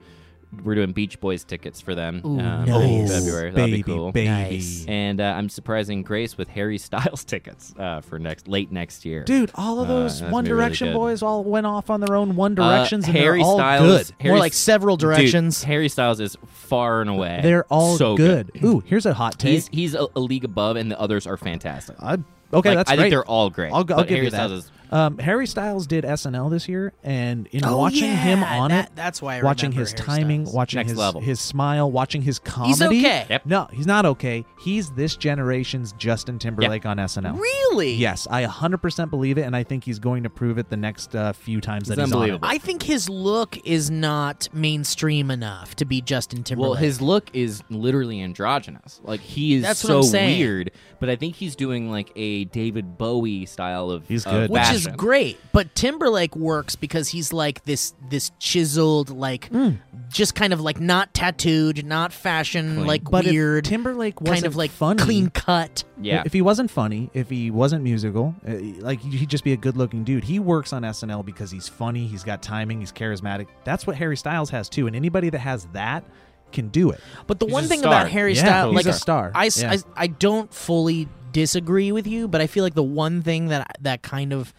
Speaker 5: we're doing Beach Boys tickets for them
Speaker 2: Ooh,
Speaker 5: um, in
Speaker 2: nice.
Speaker 5: February. That'd
Speaker 1: baby,
Speaker 5: be cool.
Speaker 1: baby.
Speaker 2: Nice.
Speaker 5: And uh, I'm surprising Grace with Harry Styles tickets uh, for next late next year.
Speaker 1: Dude, all of
Speaker 5: Uh,
Speaker 1: those
Speaker 5: that's
Speaker 1: One
Speaker 5: gonna be really
Speaker 1: Direction
Speaker 5: good.
Speaker 1: boys all went off on their own One
Speaker 5: Uh,
Speaker 1: Directions, and
Speaker 5: Harry
Speaker 1: they're all
Speaker 5: Styles,
Speaker 1: good.
Speaker 5: Harry
Speaker 2: more like several
Speaker 5: Dude,
Speaker 2: directions."
Speaker 5: Harry Styles is far and away.
Speaker 1: They're all
Speaker 5: so
Speaker 1: good. Ooh, here's a hot take.
Speaker 5: He's he's a, a league above, and the others are fantastic.
Speaker 1: I, okay,
Speaker 5: Like,
Speaker 1: that's
Speaker 5: I
Speaker 1: great.
Speaker 5: think they're all great.
Speaker 1: I'll, go- I'll
Speaker 5: but
Speaker 1: give
Speaker 5: Harry
Speaker 1: you that.
Speaker 5: Styles is
Speaker 1: um, Harry Styles did SNL this year, and in
Speaker 2: Oh,
Speaker 1: watching
Speaker 2: yeah,
Speaker 1: him on
Speaker 2: that-
Speaker 1: it,
Speaker 2: that's why I
Speaker 1: watching
Speaker 2: remember
Speaker 1: his
Speaker 2: Harry
Speaker 1: timing,
Speaker 2: Styles.
Speaker 1: watching
Speaker 5: Next
Speaker 1: his
Speaker 5: level.
Speaker 1: his smile, watching his comedy.
Speaker 2: He's okay.
Speaker 5: Yep.
Speaker 1: No, he's not okay. He's this generation's Justin Timberlake on SNL.
Speaker 2: Really?
Speaker 1: Yes, I 100% believe it, and I think he's going to prove it the next uh, few times that he's on it.
Speaker 5: unbelievable.
Speaker 2: I think his look is not mainstream enough to be Justin Timberlake.
Speaker 5: Well, his look is literally androgynous. Like he is
Speaker 2: That's what
Speaker 5: so
Speaker 2: I'm saying.
Speaker 5: weird, but I think he's doing like a David Bowie style of
Speaker 1: He's
Speaker 5: of
Speaker 1: good.
Speaker 2: which is
Speaker 5: fashion.
Speaker 2: great, but Timberlake works because he's like this this chiseled like
Speaker 1: Hmm.
Speaker 2: just kind of like not tattooed, not fashion
Speaker 5: Clean.
Speaker 2: like
Speaker 1: But if
Speaker 2: weird
Speaker 1: Timberlake
Speaker 2: kind
Speaker 1: wasn't
Speaker 2: of like
Speaker 1: funny-
Speaker 2: clean cut.
Speaker 5: Yeah.
Speaker 1: If he wasn't funny, if he wasn't musical, uh, like he'd just be a good-looking dude. He works on SNL because he's funny, he's got timing, he's charismatic. That's what Harry Styles has too, and anybody that has that can do it.
Speaker 2: But the
Speaker 5: He's
Speaker 2: one
Speaker 5: a
Speaker 2: thing
Speaker 5: star.
Speaker 2: about Harry
Speaker 1: Yeah,
Speaker 2: Styles,
Speaker 1: he's
Speaker 2: like
Speaker 1: a star.
Speaker 2: I, s-
Speaker 1: Yeah.
Speaker 2: I s- I don't fully disagree with you, but I feel like the one thing that that kind of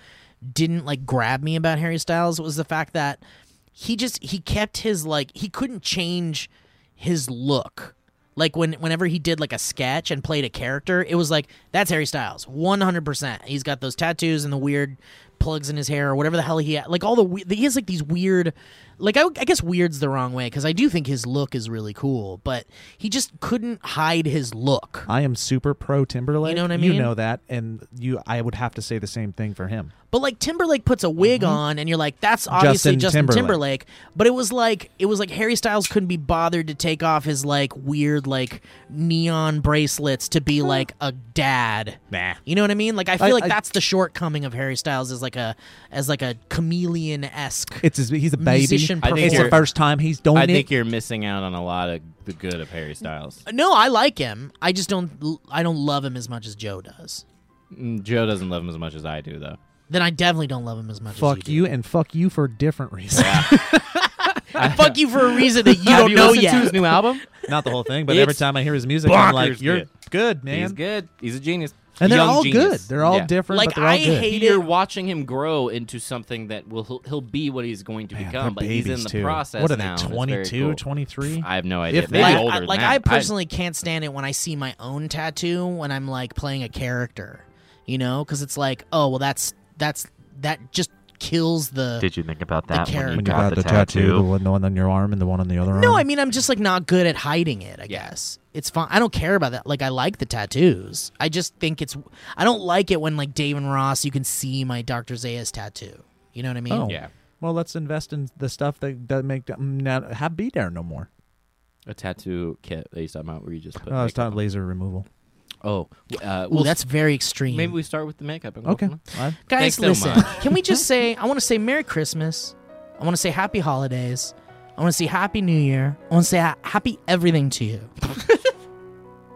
Speaker 2: didn't like grab me about Harry Styles was the fact that he just he kept his like he couldn't change his look. Like when whenever he did like a sketch and played a character, it was like that's Harry Styles, one hundred percent. He's got those tattoos and the weird plugs in his hair or whatever the hell he had. Like all the we- he has like these weird like I, I guess weird's the wrong way because I do think his look is really cool, but he just couldn't hide his look.
Speaker 1: I am super pro Timberlake.
Speaker 2: You know what I
Speaker 1: You
Speaker 2: mean?
Speaker 1: know that, and you. I would have to say the same thing for him.
Speaker 2: But like Timberlake puts a wig on, and you're like, that's obviously
Speaker 1: Justin
Speaker 2: Justin,
Speaker 1: Timberlake.
Speaker 2: Timberlake. But it was like it was like Harry Styles couldn't be bothered to take off his like weird like neon bracelets to be like a dad.
Speaker 1: Nah.
Speaker 2: You know what I mean? Like I feel
Speaker 1: I-
Speaker 2: like
Speaker 1: I-
Speaker 2: that's the shortcoming of Harry Styles as like a as like a chameleon esque.
Speaker 1: It's his, he's a baby.
Speaker 2: Musician
Speaker 5: I think
Speaker 1: It's the
Speaker 5: you're-
Speaker 1: first time he's doing
Speaker 5: I
Speaker 1: it.
Speaker 5: think you're missing out on a lot of the good of Harry Styles.
Speaker 2: No, I like him. I just don't l- I don't love him as much as Joe does.
Speaker 5: Mm, Joe doesn't love him as much as I do, though.
Speaker 2: Then I definitely don't love him as much as
Speaker 1: fuck
Speaker 2: you.
Speaker 1: you and fuck you for a different reason.
Speaker 2: do. fuck you for a reason that you
Speaker 5: Have
Speaker 2: don't
Speaker 5: you
Speaker 2: know
Speaker 5: listened to
Speaker 2: yet.
Speaker 5: his new album?
Speaker 1: Not the whole thing, but
Speaker 5: It's
Speaker 1: every time I hear his music, I'm like,
Speaker 5: bonkers
Speaker 1: you're
Speaker 5: good.
Speaker 1: good, man.
Speaker 5: He's good. He's a genius.
Speaker 1: And they're
Speaker 5: Young
Speaker 1: all good.
Speaker 5: genius.
Speaker 1: They're all
Speaker 5: Yeah.
Speaker 1: different,
Speaker 2: Like,
Speaker 1: but they're all
Speaker 2: I
Speaker 1: good.
Speaker 2: hate-
Speaker 5: You're
Speaker 2: it.
Speaker 5: watching him grow into something that will he'll, he'll be what he's going to
Speaker 1: Man, they're
Speaker 5: become, but he's in
Speaker 1: babies,
Speaker 5: the
Speaker 1: too.
Speaker 5: process
Speaker 1: What are
Speaker 5: now,
Speaker 1: they,
Speaker 5: and it's
Speaker 1: 22,
Speaker 5: very cool.
Speaker 1: 23?
Speaker 5: I have no idea.
Speaker 1: If
Speaker 5: Maybe
Speaker 1: that.
Speaker 2: like,
Speaker 5: older
Speaker 2: I,
Speaker 5: than
Speaker 2: like,
Speaker 5: that.
Speaker 2: I personally can't stand it when I see my own tattoo when I'm like playing a character, you know, because it's like, oh well, that's that's that just kills the.
Speaker 8: Did you think about
Speaker 2: The
Speaker 8: that when
Speaker 2: character.
Speaker 8: you
Speaker 2: When
Speaker 8: got, the, tattoo?
Speaker 1: one, the one on your arm and the one on the other
Speaker 2: no, I mean I'm just like not good at hiding it. I
Speaker 5: Yeah.
Speaker 2: guess it's fine. I don't care about that. Like I like the tattoos. I just think it's. I don't like it when like Dave and Ross, you can see my Dr. Zayas tattoo. You know what I mean?
Speaker 1: Oh.
Speaker 5: yeah,
Speaker 1: Well, let's invest in the stuff that that make them not have be there no more.
Speaker 5: a tattoo kit that he's talking about where you just put.
Speaker 1: No, Oh, I was
Speaker 5: makeup
Speaker 1: talking laser removal.
Speaker 5: on. Oh, uh,
Speaker 2: Ooh,
Speaker 5: well,
Speaker 2: that's very extreme.
Speaker 5: maybe we start with the makeup. And go
Speaker 1: Okay.
Speaker 5: from there.
Speaker 1: I-
Speaker 2: Guys,
Speaker 5: Thanks so
Speaker 2: listen.
Speaker 5: much.
Speaker 2: Can we just say I want to say Merry Christmas. I want to say Happy Holidays. I want to say Happy New Year. I want to say ha- Happy everything to you.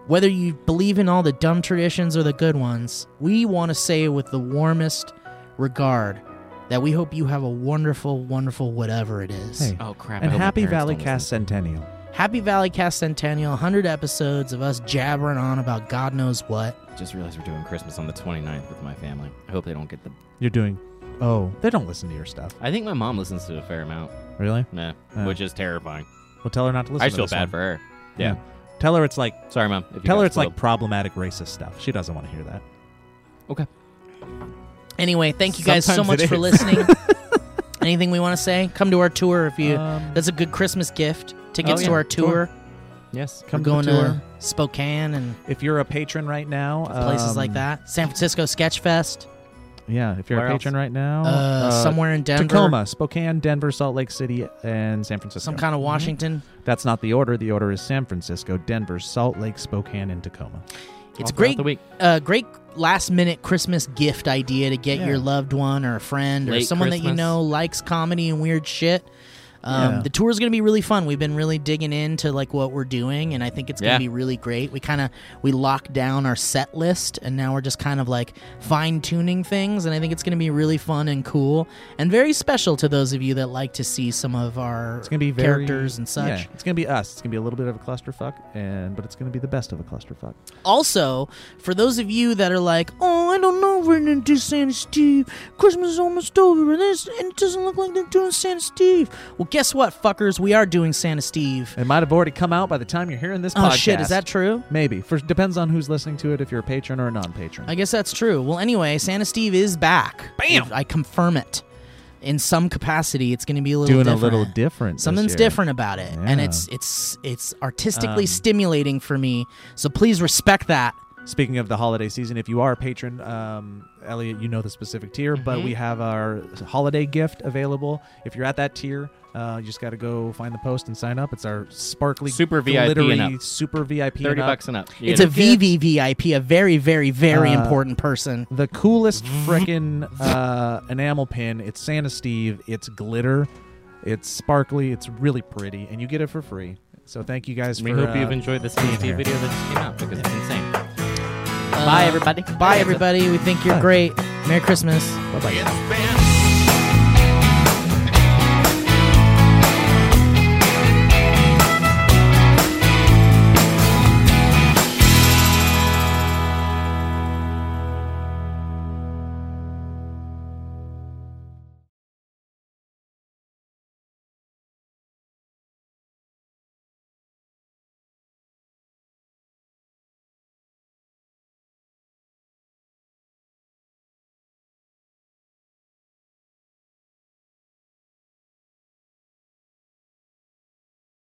Speaker 2: Whether you believe in all the dumb traditions or the good ones, we want to say with the warmest regard that we hope you have a wonderful, wonderful whatever it is.
Speaker 1: hey.
Speaker 5: Oh crap! I
Speaker 1: and
Speaker 5: hope my
Speaker 1: happy
Speaker 5: parents
Speaker 1: Valley
Speaker 5: don't
Speaker 1: Cast Centennial.
Speaker 2: Happy Valley Cast Centennial, 100 episodes of us jabbering on about God knows what.
Speaker 5: listen. Just realized we're doing Christmas on the 29th with my family. I hope they don't get the.
Speaker 1: You're doing. Oh, they don't listen to your stuff,
Speaker 5: I think my mom listens to a fair amount.
Speaker 1: really?
Speaker 5: Nah,
Speaker 1: Yeah.
Speaker 5: which is terrifying.
Speaker 1: Well, tell her not to listen.
Speaker 5: I
Speaker 1: to
Speaker 5: feel
Speaker 1: this
Speaker 5: bad
Speaker 1: one.
Speaker 5: for her. Yeah.
Speaker 1: Tell her it's like.
Speaker 5: Sorry, mom. If you
Speaker 1: Tell her
Speaker 5: guys
Speaker 1: it's like
Speaker 5: will.
Speaker 1: problematic racist stuff. She doesn't want to hear that.
Speaker 5: okay.
Speaker 2: Anyway, thank you guys
Speaker 5: Sometimes
Speaker 2: so much
Speaker 5: it
Speaker 2: for
Speaker 5: is.
Speaker 2: listening. Anything we want to say? Come to our tour if
Speaker 5: Uh,
Speaker 2: you.
Speaker 1: Um,
Speaker 2: that's a good Christmas gift. Tickets
Speaker 5: Oh, yeah,
Speaker 2: to our tour.
Speaker 5: Yes.
Speaker 1: Come to
Speaker 2: We're
Speaker 1: the
Speaker 2: going to,
Speaker 1: tour.
Speaker 2: Spokane and
Speaker 1: If you're a patron right now,
Speaker 2: places
Speaker 1: um,
Speaker 2: like that. San Francisco Sketch Fest.
Speaker 1: Yeah, if you're
Speaker 5: Where
Speaker 1: a
Speaker 5: else?
Speaker 1: patron right now,
Speaker 2: Uh, somewhere in Denver.
Speaker 1: oh, Tacoma, Spokane, Denver, Salt Lake City, and San Francisco. Mhm.
Speaker 2: Some kind of Washington.
Speaker 1: That's not the order. The order is San Francisco, Denver, Salt Lake, Spokane, and Tacoma.
Speaker 2: It's a
Speaker 5: throughout
Speaker 2: great,
Speaker 5: the week.
Speaker 2: uh, great last minute Christmas gift idea to get
Speaker 1: Yeah.
Speaker 2: your loved one or a friend or
Speaker 5: Late
Speaker 2: someone that you
Speaker 5: Christmas.
Speaker 2: know likes comedy and weird shit. Um,
Speaker 1: Yeah.
Speaker 2: The tour is going to be really fun. We've been really digging into like what we're doing, and I think it's going to be
Speaker 5: Yeah.
Speaker 2: really great. We kind of we locked down our set list, and now we're just kind of like fine tuning things, and I think it's going to be really fun and cool and very special to those of you that like to see some of our
Speaker 1: It's gonna be very,
Speaker 2: characters and such.
Speaker 1: Yeah, it's gonna be us. It's gonna be a little bit of a clusterfuck, and but it's gonna be the best of a clusterfuck.
Speaker 2: Also, for those of you that are like, oh, I don't know if we're gonna do Santa Steve. Christmas is almost over, and, this, and it doesn't look like they're doing Santa Steve. Well, guess what, fuckers? We are doing Santa Steve.
Speaker 1: It might have already come out by the time you're hearing this
Speaker 2: Oh
Speaker 1: podcast.
Speaker 2: shit, is that true?
Speaker 1: maybe? For depends on who's listening to it. If you're a patron or a non-patron,
Speaker 2: I guess that's true. Well, anyway, Santa Steve is back. Bam! I confirm it. In some capacity, it's going to be a little
Speaker 1: doing
Speaker 2: different.
Speaker 1: a little different. this
Speaker 2: Something's
Speaker 1: year.
Speaker 2: different about it, and
Speaker 1: Yeah. Um,
Speaker 2: it's it's it's artistically stimulating for me. So please respect that.
Speaker 1: Speaking of the holiday season, if you are a patron, um, Elliot, you know the specific tier, but
Speaker 5: Mm-hmm.
Speaker 1: we have our holiday gift available. If you're at that tier, uh, you just got to go find the post and sign up. It's our sparkly,
Speaker 5: Super VIP and
Speaker 1: glittery,
Speaker 5: up.
Speaker 1: super VIP, and
Speaker 5: Thirty
Speaker 1: up.
Speaker 5: bucks and up.
Speaker 2: It's a VVVIP, a very very very
Speaker 1: Uh,
Speaker 2: important person.
Speaker 1: The coolest frickin' uh, enamel pin. It's Santa Steve. It's glitter. It's sparkly. It's really pretty, and you get it for free. So thank you guys
Speaker 5: We
Speaker 1: for.
Speaker 5: hope
Speaker 1: uh,
Speaker 5: you've enjoyed this
Speaker 1: being
Speaker 5: PSP
Speaker 1: here.
Speaker 5: video that just came out because it's insane.
Speaker 2: Bye, everybody. Bye, everybody. We think you're great. Merry Christmas.
Speaker 1: Bye-bye.
Speaker 4: It's been